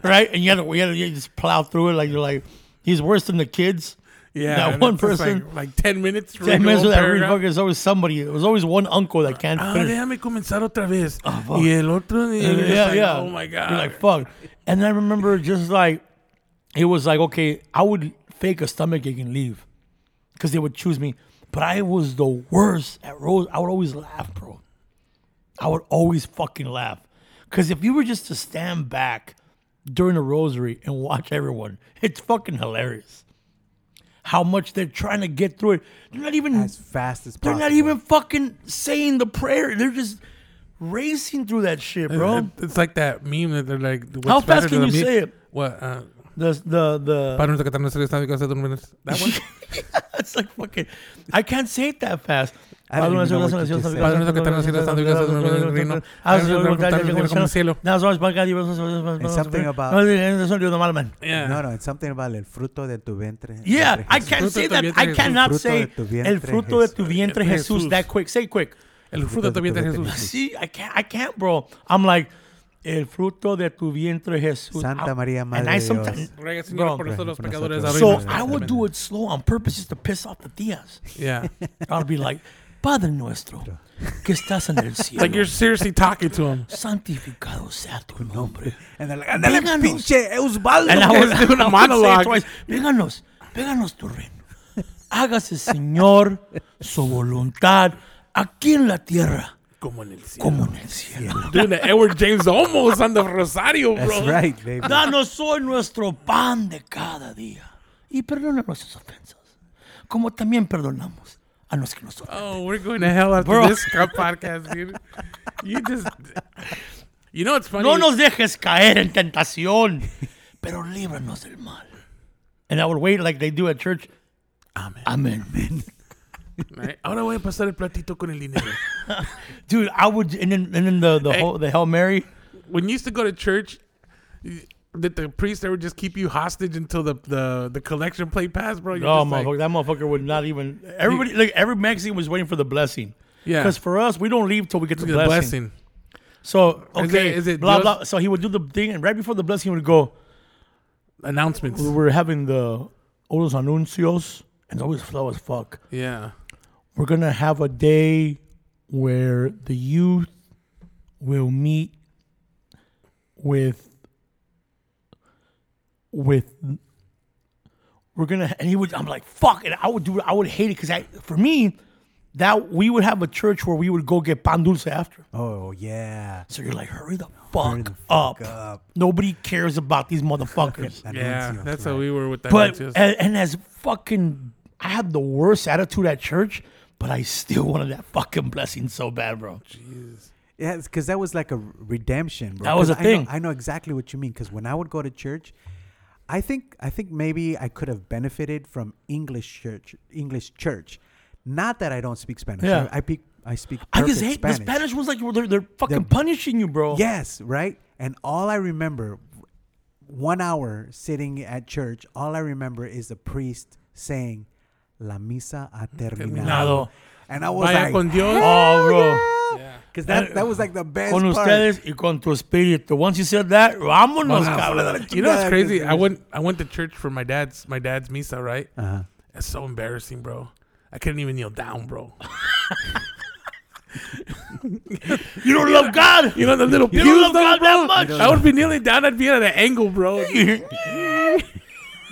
right? And you had to, we had to you just plow through it like you're like, he's worse than the kids.
Yeah,
That
and
one
it's just
person-
like, like ten minutes. to
Yeah, I
read the
mess
whole
with that read
paragraph.
fucking. There's always somebody. There was always one uncle that can't
Ah,
finish.
déjame comenzar otra vez. y el otro, y you're just like, Oh my god.
You're like fuck. And I remember just like it was like okay, I would fake a stomach ache and leave because they would choose me. But I was the worst at Rose. I would always laugh, bro. I would always fucking laugh because if you were just to stand back during the rosary and watch everyone, it's fucking hilarious. How much they're trying to get through it. They're not even
as fast as
they're
possible.
not even fucking saying the prayer. They're just racing through that shit, bro.
It's like that meme that they're like. what's
How fast
better
can
than
you
me-
say it?
What? Uh,
The the the.
Padre nuestro que estás en el cielo, santificado sea tu nombre. That one.
it's like fucking. I can't say it that fast.
I don't even know what you just said.
Padre nuestro que estás en el cielo, santificado sea tu nombre, el reino. Como el cielo.
It's something about-
Yeah.
No, no, it's something about el fruto de tu ventre.
Yeah,
Entre
I
Jesús.
can't
Fruto
say
de tu
that.
vientre
I
Jesús.
cannot
Fruto
say
de tu
el
vientre
fruto de tu vientre
Jesús.
Jesús that quick. Say it quick.
El fruto de tu vientre, Jesús.
See, I can't. I can't, bro. I'm like, el fruto de tu vientre, Jesús.
Santa
I-
María, Madre
and I
de
sometime-
Dios.
Ruega, Señor,
Bro.
por nosotros los
Por
pecadores.
nosotros.
So
ahora y en la
I
hora
would
de
do it slow on purpose just to piss off the tías.
nuestra- Yeah.
I'll be like, Padre nuestro, que estás en el cielo.
Like you're seriously talking to him.
santificado sea tu nombre.
And they're like, "Ándale,
Díganos."
pinche Eusbaldo.
And I
Okay,
was
let's do
doing
a
a
monologue.
monologue. Véganos, véganos tu reino. Hágase, Señor, su voluntad aquí en la tierra
Como en el cielo.
como en el cielo.
Doing the Edward James almost on the Rosario, bro.
That's right, baby.
Danos hoy nuestro pan de cada día y perdona nuestras ofensas, como también perdonamos a los que nos ofenden.
Oh, we're going to hell after
Bro.
this cup podcast, dude. You just. You know what's funny?
No nos dejes caer en tentación, pero líbranos del mal. And I would wait like they do at church. Amen. Amen.
Ah, Right? Ahora voy a pasar el platito con el dinero.
Dude, I would, and then, and then the the, whole, the Hail Mary.
when you used to go to church, y- did the priest ever just keep you hostage until the the, the collection plate passed, bro? You're
Oh,
just like-
motherfucker, that motherfucker would not even. Everybody, like every Mexican was waiting for the blessing.
Yeah.
Because for us, we don't leave till we get the,
the
blessing.
blessing.
So okay,
Is it- is it
blah
Dios-
blah. So he would do the thing, and right before the blessing, he would go.
Announcements.
We were having the olos anuncios, and always slow as fuck.
Yeah.
we're gonna have a day where the youth will meet with with we're gonna and he would I'm like fuck and I would do I would hate it because I for me that we would have a church where we would go get pan dulce after.
Oh, yeah.
So you're like hurry the fuck,
the
up.
fuck up.
Nobody cares about these motherfuckers.
Yeah.
Anuncios,
That's
right.
how we were with that.
But eh,
But,
and, and as fucking, I had the worst attitude at church, but I still wanted that fucking blessing so bad, bro.
Yeah, because that was like a redemption. Bro.
That was
'Cause
a
I know-
thing.
I know exactly what you mean. Because when I would go to church, I think I think maybe I could have benefited from English church. English church. Not that I don't speak Spanish.
Yeah.
I, I speak. I speak.
I just
perfect
hate
Spanish.
the Spanish ones like they're they're fucking
They're-
punishing you, bro.
Yes, right. And all I remember, one hour sitting at church, all I remember is the priest saying, "La misa ha terminado,"
Terminado.
and I was
Vaya con
like,
Dios.
Oh, bro.
because that that was like the best
Con
part.
ustedes y con tu espíritu. Once you said that, vámonos, cabrón.
You know what's
Yeah,
crazy?
because
I went I went to church for my dad's my dad's misa, right? It's so embarrassing, bro. I couldn't even kneel down, bro.
You don't love God.
You know the little
You
pews,
don't love
though,
God
bro.
that much.
I would be kneeling down. I'd be at an angle, bro.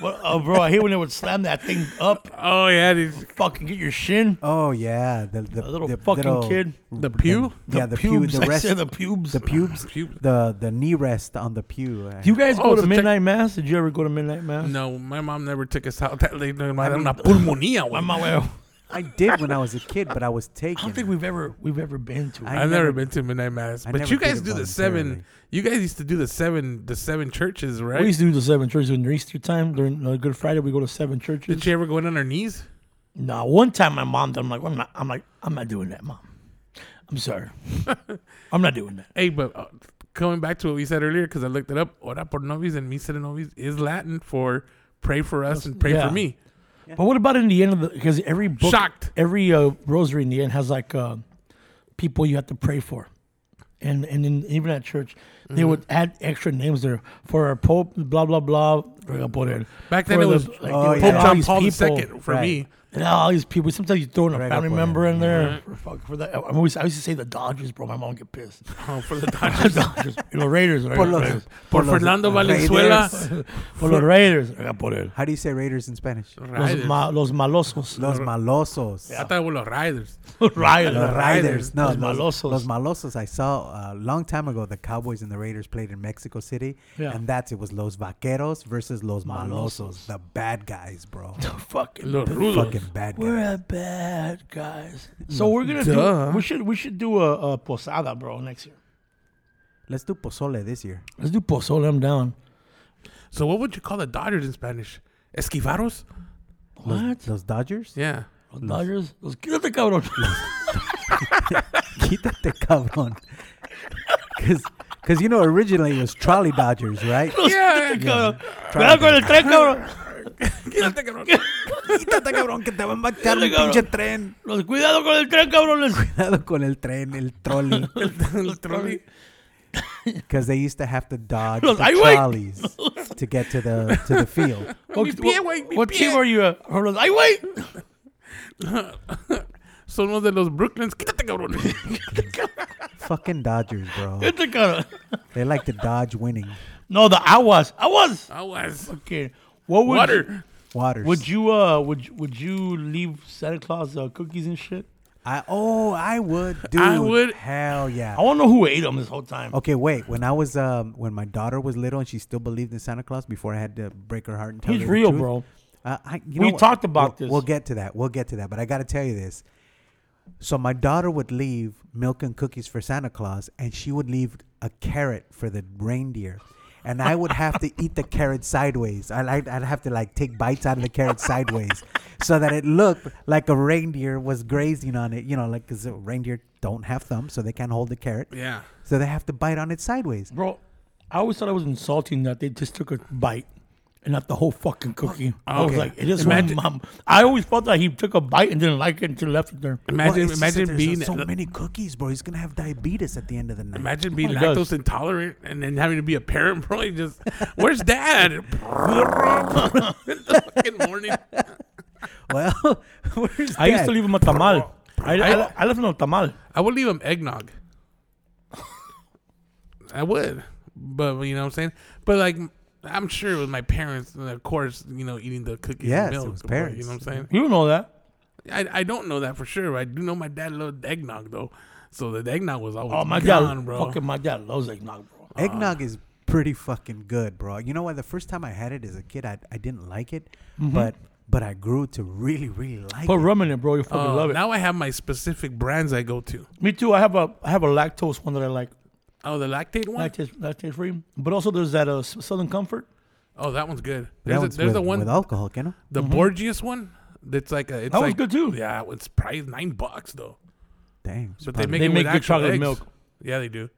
Well, oh, bro, I hate when they would slam that thing up.
Oh yeah, these-
Fucking get your shin.
Oh yeah, the,
A
the
little
the
fucking kid.
the pew.
yeah, the pew,
pubes.
the
I
rest,
said the pubes.
the pubes,
Pew.
the the knee rest on the pew. uh,
Do you guys
Oh,
go
it's
to
a tech-
midnight mass? Did you ever go to midnight mass?
No, my mom never took us out that late. No, I had una pulmonía.
I'm
güey.
not. well,
I did when I was a kid, but I was taken.
I don't think we've ever we've ever been to.
I-
it.
I've never
never-
been to midnight mass,
I
but
never
you
did
guys
it
do the seven.
voluntarily.
You guys used to do the seven, the seven churches,
We
right?
used to do the seven churches during Easter time. During uh, Good Friday, we go to seven churches.
Did you ever go in on our knees?
nah, one time my mom done. I'm like, I'm not. I'm like, I'm not doing that, mom. I'm sorry. I'm not doing that.
Hey, but uh, coming back to what we said earlier, because I looked it up, ora por nobis and misa de nobis is Latin for pray for us and pray
Yeah.
for me.
But what about in the end of the? Because every book,
Shocked.
every uh, rosary in the end has like uh, people you have to pray for, and and in, even at church they would add extra names there for our pope, blah blah blah. Ruega por él.
Back then
For
it
the-
was
like,
Pope
they
Oh,
would
yeah.
add all
John
these
Paul
people.
II for
right.
me.
And all these people. Sometimes you throw in a
Ruega
family
por él.
member in there. For, fuck, for that, I always I used to say the Dodgers, bro. My mom would get pissed.
Oh, for the Dodgers.
The Dodgers, you know, Raiders, right?
Por los-
Raiders.
Por
los
Fernando
Raiders.
Valenzuela.
For los Raiders, ruega por él.
How do you say Raiders in Spanish?
Los,
Riders.
ma, los malosos,
Los malosos.
I thought it was los Riders.
Raiders.
Los Riders. No,
Los
los
malosos.
malosos. Los malosos. I saw a long time ago the Cowboys and the Raiders played in Mexico City,
Yeah.
and that's it was Los Vaqueros versus Los
Malosos.
malosos, the bad guys, bro.
Fucking
Los
Fucking
Rudos.
bad guys.
We're a bad guys. So we're gonna
Duh.
do. We should we should do a, a posada, bro, next year.
Let's do pozole this year.
Let's do posada. I'm down.
So what would you call the Dodgers in Spanish? Esquivaros?
Los,
What?
Los Dodgers.
Yeah.
Los Dodgers. Los quítate, cabrón.
Quítate, cabrón. Because, cause, you know, originally it was trolley Dodgers, right?
Yeah.
Quítate, cabrón. Cuidado con el tren, cabrón.
Quítate, cabrón.
Quítate, cabrón, que te van a echar
Quítate, cabrón.
tren.
Los cuidado con el tren, cabrones.
Cuidado con el tren, el trolley.
El trolley.
Because they used to have to dodge
Los
the
highway.
trolleys to get to the to the field.
Mi
What,
pie, güey, mi
what
pie.
team are you? Uh, from los highway.
Somos de los Brooklyns. Quítate, cabrón.
Fucking Dodgers, bro.
Quítate, cabrón.
They like to dodge winning.
No, the aguas. Aguas.
I was.
Okay. What would
Water.
Waters.
Would you uh would you- would you leave Santa Claus uh, cookies and shit?
I oh I would do.
I would-
Hell yeah.
I want to know who ate them this whole time.
Okay, wait. When I was um, when my daughter was little and she still believed in Santa Claus before I had to break her heart and tell
He's
her the
real,
truth,
bro.
Uh, I, you
We
know what?
talked about
We'll-
this.
We'll get to that. We'll get to that. But I got to tell you this. So my daughter would leave milk and cookies for Santa Claus, and she would leave a carrot for the reindeer, and I would have to eat the carrot sideways. I, I'd, I'd have to like take bites out of the carrot sideways, so that it looked like a reindeer was grazing on it. You know, like because reindeer don't have thumbs, so they can't hold the carrot,
Yeah.
so they have to bite on it sideways.
Bro, I always thought it was insulting that they just took a bite and not the whole fucking cookie. I was
okay.
like, it is
Imagine-
my mom. I always felt that he took a bite and didn't like it until left it there.
Well,
Imagine,
it's just that
imagine
there's
being
so many Oh cookies, bro. He's gonna have diabetes at the end of the night.
Imagine being
my
lactose
gosh.
intolerant and then having to be a parent, bro. You just, where's dad? In the fucking morning.
Well, where's
I used
Dad?
to leave him a tamal. I, I,
I-
I left him a tamal.
I would leave him eggnog. I would, but you know what I'm saying. But like, I'm sure it was my parents, and of course, you know, eating the cookies.
Yes,
and
it
milk,
was
but, You
parents.
know what I'm saying.
You know that.
I, I don't know that for sure. but I do know my dad loved eggnog though, so the eggnog was always
Oh, my
gone,
dad.
bro.
Fucking my dad loves eggnog, bro.
Eggnog is pretty fucking good, bro. You know what? The first time I had it as a kid, I, I didn't like it,
Mm-hmm.
but but I grew to really really like
Put
it.
rum in it, bro. You fucking
Uh,
love it.
Now I have my specific brands I go to.
Me too. I have a I have a lactose one that I like.
Oh, the lactate one.
Lactose lactose free. But also there's that uh, Southern Comfort.
Oh, that one's good.
That
There's, a,
one's
there's
with,
a one
with alcohol, can I?
The Borgias one. That's like a. It's
Mm-hmm. That one's
like,
good, too.
Yeah, it's probably nine bucks though.
Dang,
But they make
They
it
make
with
good
actual
chocolate
eggs.
milk.
Yeah, they do.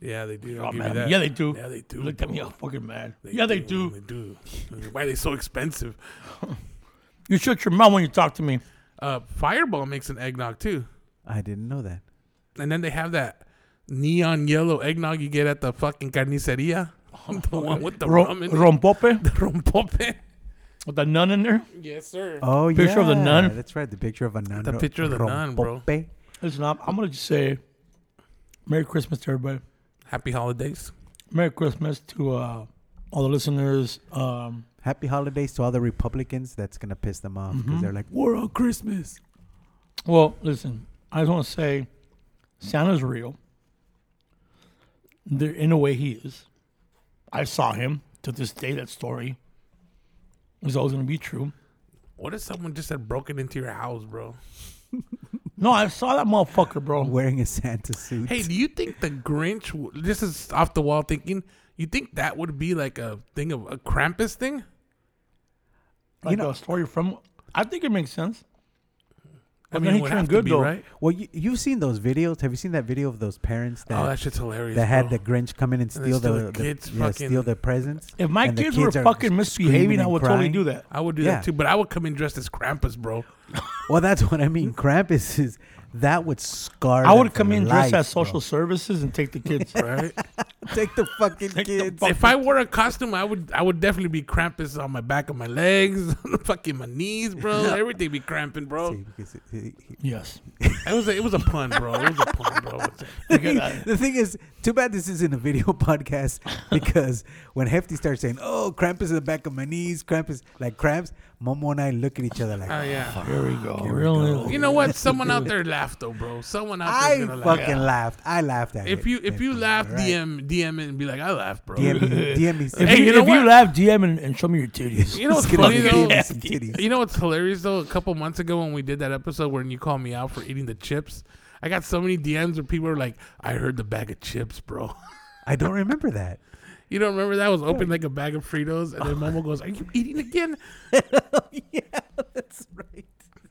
Yeah, they do. I'll
Oh,
give you
man.
that.
Yeah, they do.
Yeah, they do.
Look at me, I'm fucking mad. yeah, they do.
They do. Why are they so expensive?
You shut your mouth when you talk to me.
Uh, Fireball makes an eggnog too,
I didn't know that.
and then they have that neon yellow eggnog you get at the fucking carniceria. the one with the
Oh, Ro-
rum in it.
rompope
the rompope.
with the nun in there.
Yes, sir.
Oh
Picture
yeah,
of the nun.
That's right, the picture of a nun.
The
ro-
picture of the nun, bro.
rompope.
Listen, I'm, I'm gonna just say, Merry Christmas to everybody.
Happy holidays.
Merry Christmas to uh, all the listeners. Um,
Happy holidays to all the Republicans. That's gonna piss them off
Mm-hmm.
because they're like, "War on Christmas."
well, listen, I just want to say, Santa's real. There, in a way, he is. I saw him to this day. That story is always gonna be true.
What if someone just had broken into your house, bro?
No, I saw that motherfucker, bro.
Wearing a Santa suit.
Hey, do you think the Grinch? w- This is off the wall thinking. You think that would be like a thing of a Krampus thing?
like a story from. I think it makes sense.
I
But then he
it would
turned
have to
good,
be,
though.
right?
well, you, you've seen those videos. Have you seen that video of those parents that
oh, that shit's hilarious.
that had
bro.
the Grinch come in and
And
steal,
then steal
the,
the
the-
kids'
yeah,
fucking-
steal their presents?
If my
and the
kids, were
are
fucking
screaming
misbehaving, I
and
would totally
crying.
do that.
I would do
Yeah.
that too, but I would come in dressed as Krampus, bro.
Well, that's what I mean. Krampus is that would scar.
I
them
would
for
come in dressed
life,
as social
bro.
services and take the kids.
Right?
Take the fucking
Take the
kids.
fuck-
if I wore a costume, I would I would definitely be Krampus on my back, on my legs, on fucking my knees, bro. Everything be cramping, bro.
See, because it- it- it-
yes.
It was a, it was a pun, bro. It was a pun, bro. It's a-
Look at that.
the thing is, too bad this isn't a video podcast because when Hefty starts saying, "Oh, Krampus is the back of my knees, Krampus like cramps," Momo and I look at each other like,
Oh yeah.
Here we go. Really?
You know what? Someone out there laughed though, bro. Someone out there
"I
gonna laugh.
fucking laughed. I laughed at it."
If you if you
Hefty,
laugh,
all right.
DM DM it and be like, I laughed, bro.
DM, me- DM me.
If,
Hey,
you,
you know
if you
what?
laugh, DM and, and show me your titties.
You know what's
Just gonna
funny
DM
though?
me some titties.
You know what's hilarious though? A couple months ago when we did that episode when you called me out for eating the chips, I got so many DMs where people were like, "I heard the bag of chips, bro."
I don't remember that.
You don't remember that I was open like a bag of Fritos, and then Momo goes, "Are you eating again?"
yeah, that's right.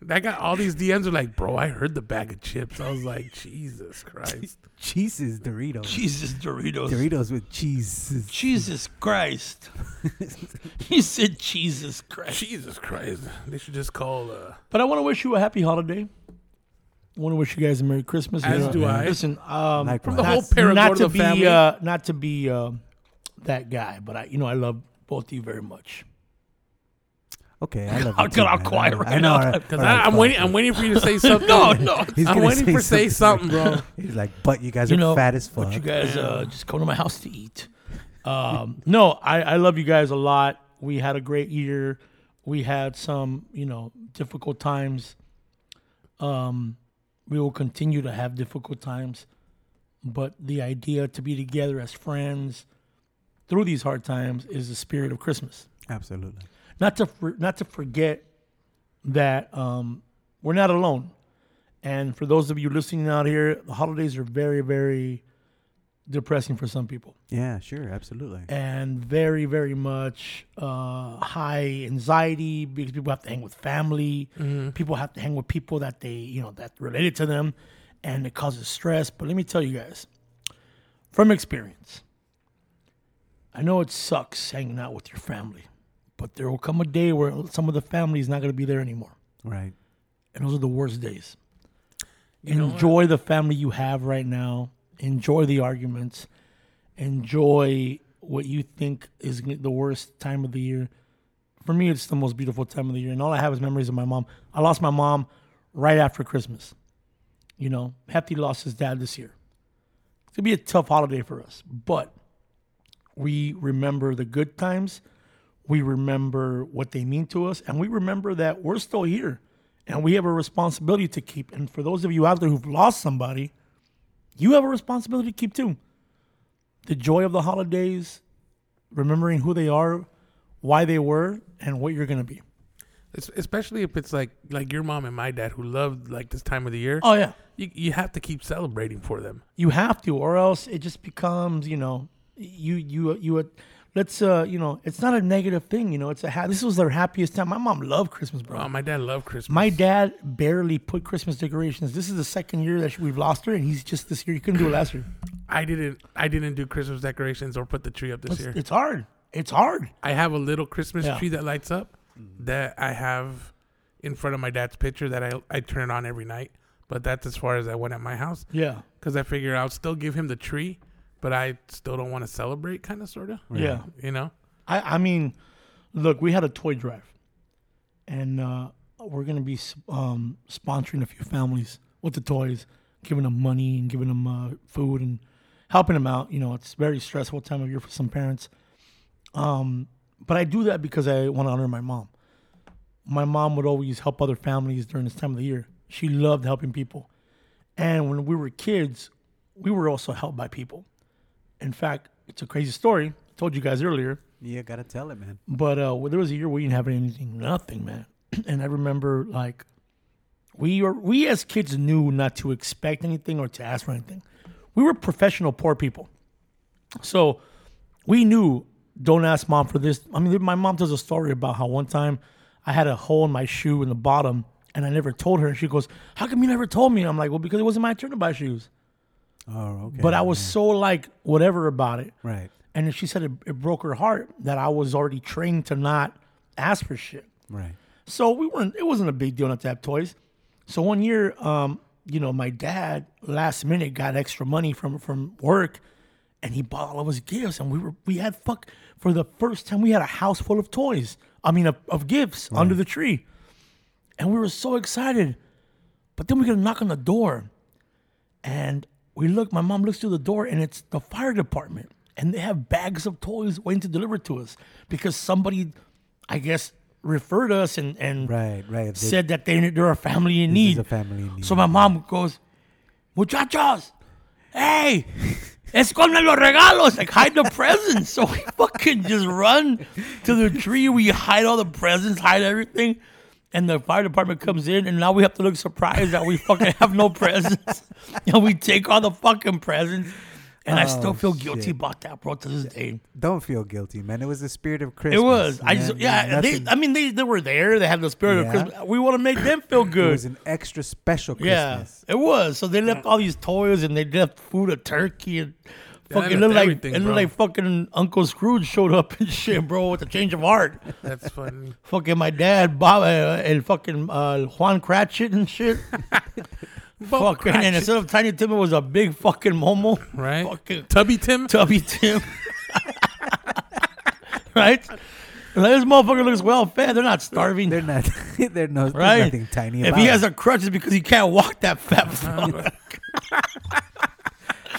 I got all these DMs were like, "Bro, I heard the bag of chips." I was like, "Jesus Christ!"
Cheeses Doritos.
Jesus Doritos.
Doritos with cheese.
Jesus Christ. he said Jesus Christ.
Jesus Christ! They should just call. Uh,
But I want to wish you a happy holiday. I want to wish you guys a Merry Christmas.
As
You know,
do I.
Listen, um,
Likewise.
the whole
not- not to
Paragordo
be
family.
Uh, not to be uh, that guy, but I, you know, I love both of you very much.
Okay, I love
I'll
you too,
get all
man.
quiet
I know,
right
I know,
now.
all right,
Cause
all right,
I, I'm
fine,
waiting.
fine.
I'm waiting for you to say something.
No, no.
He's
I'm
gonna
waiting for say something, bro.
He's like, but you guys
You
are
know,
fat as fuck.
But you guys uh, just come to my house to eat. Um, no, I, I love you guys a lot. We had a great year. We had some, you know, difficult times. Um, we will continue to have difficult times, but the idea to be together as friends through these hard times is the spirit of Christmas
Absolutely.
not to for, not to forget that um, we're not alone. And for those of you listening out here, the holidays are very, very depressing for some people,
Yeah, sure, absolutely.
and very, very much uh, high anxiety because people have to hang with family, people have to hang with people that they, you know, that related to them, and it causes stress. But let me tell you guys, from experience, I know it sucks hanging out with your family, but there will come a day where some of the family is not going to be there anymore.
Right.
And those are the worst days. Enjoy the family you have right now. Enjoy the arguments. Enjoy what you think is gonna- the worst time of the year. For me, it's the most beautiful time of the year. And all I have is memories of my mom. I lost my mom right after Christmas. You know, Hefty lost his dad this year. It's going to be a tough holiday for us, but we remember the good times. We remember what they mean to us, and we remember that we're still here and we have a responsibility to keep. And for those of you out there who've lost somebody, you have a responsibility to keep too. The joy of the holidays, remembering who they are, why they were, and what you're going to be.
Es- Especially if it's like like your mom and my dad who loved like this time of the year.
Oh, yeah.
You you have to keep celebrating for them.
You have to, or else it just becomes, you know, you, you, you, let's, uh, you know, it's not a negative thing, you know, it's a, ha- this was their happiest time. My mom loved Christmas, bro.
Oh, my dad loved Christmas.
My dad barely put Christmas decorations. This is the second year that we've lost her, and he's just this year. He couldn't do it last year.
I didn't I didn't do Christmas decorations or put the tree up this
It's,
year.
it's hard. It's hard.
I have a little Christmas
Yeah.
tree that lights up that I have in front of my dad's picture that I I turn on every night. But that's as far as I went at my house
Yeah.
because I figure I'll still give him the tree, but I still don't want to celebrate, kind of, sort of.
Yeah.
You know,
I, I mean, look, we had a toy drive, and uh, we're going to be s- um, sponsoring a few families with the toys, giving them money and giving them uh, food and helping them out. You know, it's very stressful time of year for some parents. Um, but I do that because I want to honor my mom. My mom would always help other families during this time of the year. She loved helping people. And when we were kids, we were also helped by people. In fact, it's a crazy story. I told you guys earlier.
Yeah, gotta tell it, man.
But uh, well, there was a year we didn't have anything, nothing, man. And I remember like we are we as kids knew not to expect anything or to ask for anything. We were professional poor people, so we knew don't ask mom for this. I mean, my mom tells a story about how one time I had a hole in my shoe in the bottom, and I never told her. And she goes, "How come you never told me?" And I'm like, "Well, because it wasn't my turn to buy shoes."
Oh, okay.
But I was so like whatever about it.
right,
And she said it, it broke her heart that I was already trained to not ask for shit.
right.
So we weren't. It wasn't a big deal not to have toys. So one year, um, you know, my dad last minute got extra money from from work, and he bought all of us gifts, and we were we had fuck for the first time we had a house full of toys. I mean, of, of gifts under the tree, and we were so excited. But then we get a knock on the door, and we look. My mom looks through the door, and it's the fire department, and they have bags of toys waiting to deliver to us because somebody, I guess, referred us and and
Right, right. They-
said that they they're a family in
This is
need.
a family in need.
So my mom goes, muchachos, hey, esconden los regalos, like hide the presents. So we fucking just run to the tree. We hide all the presents, hide everything. And the fire department comes in, and now we have to look surprised that we fucking have no presents. and we take all the fucking presents. And I
Oh,
still feel guilty about that, bro, to this day.
Don't feel guilty, man. It was the spirit of Christmas.
It was. I
man.
just, yeah, they,
Nothing-
I mean, they, they were there. They had the spirit
Yeah.
of Christmas. We want to make them feel
it
good.
was an extra special
Yeah,
Christmas.
it was. So they left all these toys and they left food of turkey and
Yeah,
fucking
they
it
left
looked like it
everything,
looked
bro.
like fucking Uncle Scrooge showed up and shit, bro, with a change of heart.
That's funny.
fucking my dad, Bob, uh, and fucking uh, Juan Cratchit and shit.
Bob
fucking and
Cratchit,
instead of Tiny Tim, it was a big fucking Momo,
right?
Fucking
Tubby Tim.
Tubby Tim, right? Like, this motherfucker looks well fed. They're not starving.
They're not. they're no.
Right.
There's nothing tiny
if
about
he has
it. Uh-huh.
a crutch, it's because he can't walk that fat fuck.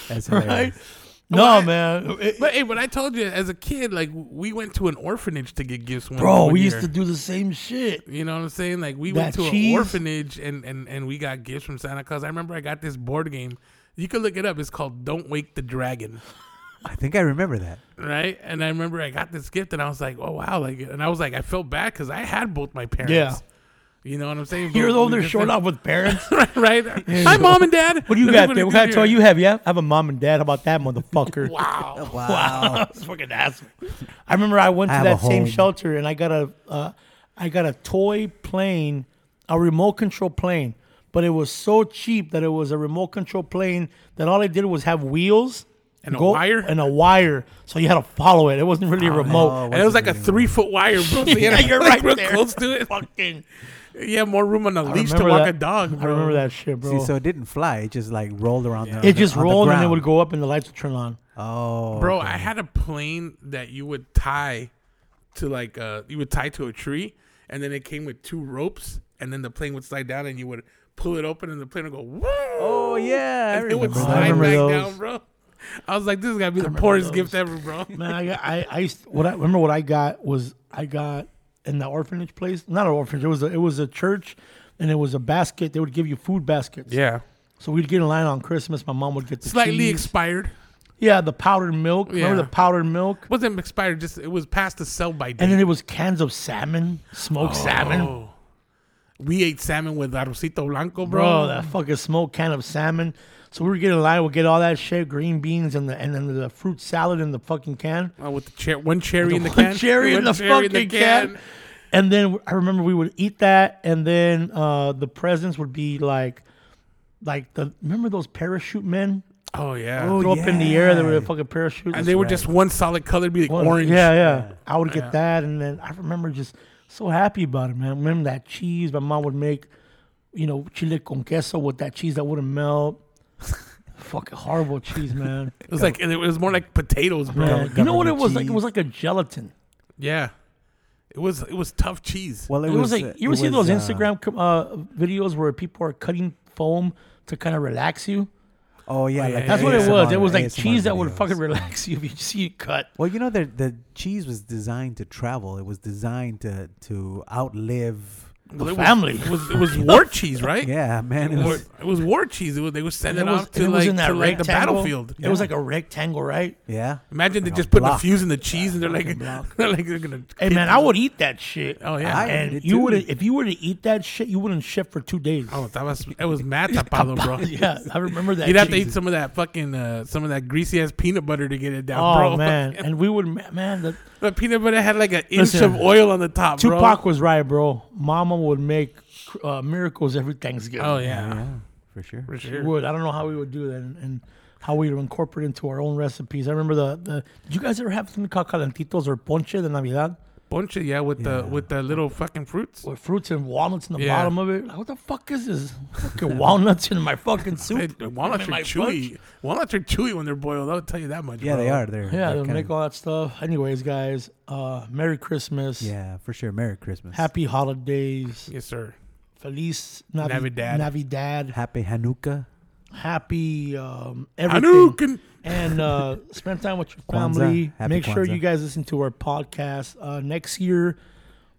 That's
right?
hilarious.
No, man. It-
But hey, but I told you as a kid, like we went to an orphanage to get gifts. One,
bro,
one
we used
year.
to do the same shit.
You know what I'm saying? Like we went
That
to
cheese.
an orphanage and, and and we got gifts from Santa Claus. I remember I got this board game. You could look it up. It's called Don't Wake the Dragon,
I think I remember that.
right? And I remember I got this gift and I was like, oh wow, like, and I was like, I felt bad because I had both my parents.
Yeah.
You know what I'm saying?
You're
But
the one
we
that's
just
showing
had-
up with parents.
right? Hi, mom and dad.
What do you
Look
got
I
there? What
did
kind of toy
here.
you have? Yeah, I have a mom and dad. How about that, motherfucker?
Wow.
wow, that's fucking asshole. I remember I went
I
to
have
that
a
same
home.
shelter and I got a, uh, I got a toy plane, a remote control plane, but it was so cheap that it was a remote control plane that all it did was have wheels
And a wire?
and a wire, so you had to follow it. It wasn't really a remote.
Oh,
And it was like a
really-
three foot wire, bro. So you
Yeah,
had to,
you're
like,
right
real
there.
close to it.
Fucking,
You have more room on a
I
leash to
remember
walk
that-
a dog.
I
Bro.
remember that shit, bro.
See, so it didn't fly. It just like rolled around. the- on
It
the-
just
on the
rolled and it would
ground.
go up and the lights would turn on.
Oh,
Bro, I had a plane that you would tie to like uh you would tie to a tree and then it came with two ropes and then the plane would slide down and you would pull it open and the plane would go woo
Oh yeah, I
and it would
I
remember that.
slide back
remember those.
down, bro. I was like, this is gonna be the poorest gift ever, bro.
Man, I got, I, I used what I remember what I got was I got in the orphanage place, not an orphanage. It was a, it was a church, and it was a basket. They would give you food baskets.
Yeah.
So we'd get in line on Christmas. My mom would get the
Slightly
cheese.
expired.
yeah, the powdered milk.
Yeah.
Remember the powdered milk?
Wasn't expired, just it was past the sell by date.
And then it was cans of salmon, smoked salmon.
Oh. We ate salmon with arrocito blanco, bro.
Bro, that fucking smoked can of salmon. So we were getting in line. We'll get all that shit, green beans, and the and then the fruit salad in the fucking can.
Oh, with the cher- one cherry in the
One
can.
cherry in
One
the
cherry in
fucking
the
can. And then I remember we would eat that, and then uh, the presents would be like, like the remember those parachute men
Oh yeah.
Oh,
throw up in the air they were
yeah.
a fucking parachute.
and they were just one solid color, be like
Well,
orange.
Yeah, yeah. I would get
Yeah.
that, and then I remember just so happy about it, man. Remember that cheese my mom would make, you know, chile con queso with that cheese that wouldn't melt. fucking horrible cheese, man.
It was like it was more like potatoes, bro.
man. You know what it
government
was like? It was
cheese.
like a gelatin.
Yeah. It was it was tough cheese.
Well, it,
It was
uh,
like you
it
ever see
was,
those
uh,
Instagram com- uh, videos where people are cutting foam to kind of relax you.
Oh yeah, like
That's what it
ASMR
was. It was like
ASMR
cheese that would
videos.
fucking relax you if you see you cut.
Well, you know the the cheese was designed to travel. It was designed to to outlive.
Well, it was-
family.
it was, it was war cheese, right?
Yeah, man. It
War-
was,
it was war cheese. It was, they would send it,
was,
off
and
to
it was
like,
in that
to, like the
rectangle.
battlefield.
It was like a rectangle, right?
yeah.
Imagine they
Like a
just put a
block.
fuse in the cheese and they're like, they're like they're gonna.
Hey man, I would eat that shit.
Oh yeah.
I-
and
did
you
too.
would if you were to eat that shit, you wouldn't shit for two days.
oh, that was it was mad tapado, bro.
yeah, I remember that.
You'd have to
cheese.
eat some of that fucking uh, some of that greasy ass peanut butter to get it down,
Oh
bro.
man, and we would ma- man. The,
the peanut butter had like an inch
Listen,
of oil on the top, bro.
Tupac was right, bro. Mama would make uh, miracles every Thanksgiving.
Oh
yeah,
yeah,
for sure.
for
She
sure.
would. I don't know how we would do that and, and how we would incorporate into our own recipes. I remember the, the Did you guys ever have something called calentitos or ponche de navidad
Bunch of yeah with the
Yeah.
with the little fucking fruits.
with fruits and walnuts in the
Yeah.
bottom of it? Like, what the fuck is this? Fucking walnuts in my fucking
Hey,
soup.
walnuts
In
are
my
chewy. Walnuts are chewy when they're boiled. I'll tell you that much.
Yeah,
bro.
they are. They're
Yeah,
they're
they'll make
kinda-
all that stuff. Anyways, guys, uh, Merry Christmas.
yeah, for sure. Merry Christmas.
Happy holidays.
Yes, sir.
Feliz Navi-
Navidad.
Navidad.
Happy Hanukkah.
Happy um, everything.
Hanukkah.
and uh, spend time with your
Kwanzaa.
family.
Happy
Make sure
Kwanzaa.
you guys listen to our podcast uh, next year.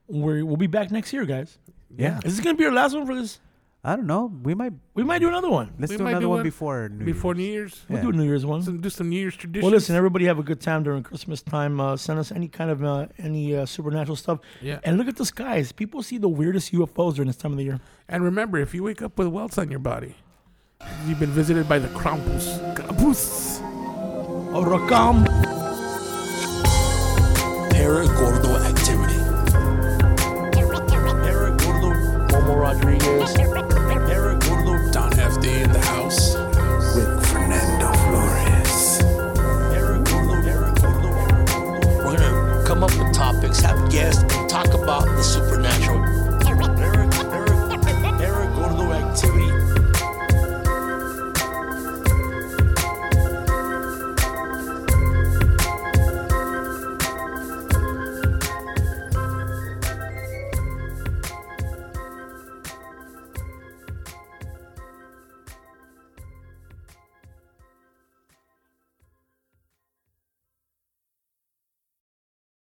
We're, we'll be back next year, guys.
Yeah.
Is this gonna be our last one for this?
I don't know. We might
We might do another one.
let's
We
do
might
another
do
one,
one
before New
Before
Year's.
New Year's,
We'll
Yeah.
do a New Year's one.
some, do some New Year's traditions.
Well, listen, everybody have a good time during Christmas time. Uh, send us any kind of uh, any uh, supernatural stuff.
Yeah.
And look at the skies. People see the weirdest UFOs during this time of the year.
And remember, if you wake up with welts on your body, you've been visited by the Krampus. Krampus.
Oh, Rakam.
Paragordo activity. Paragordo Momo Rodriguez. Paragordo Don FD in the house with Fernando Flores. Paragordo, Paragordo. We're gonna come up with topics, have guests,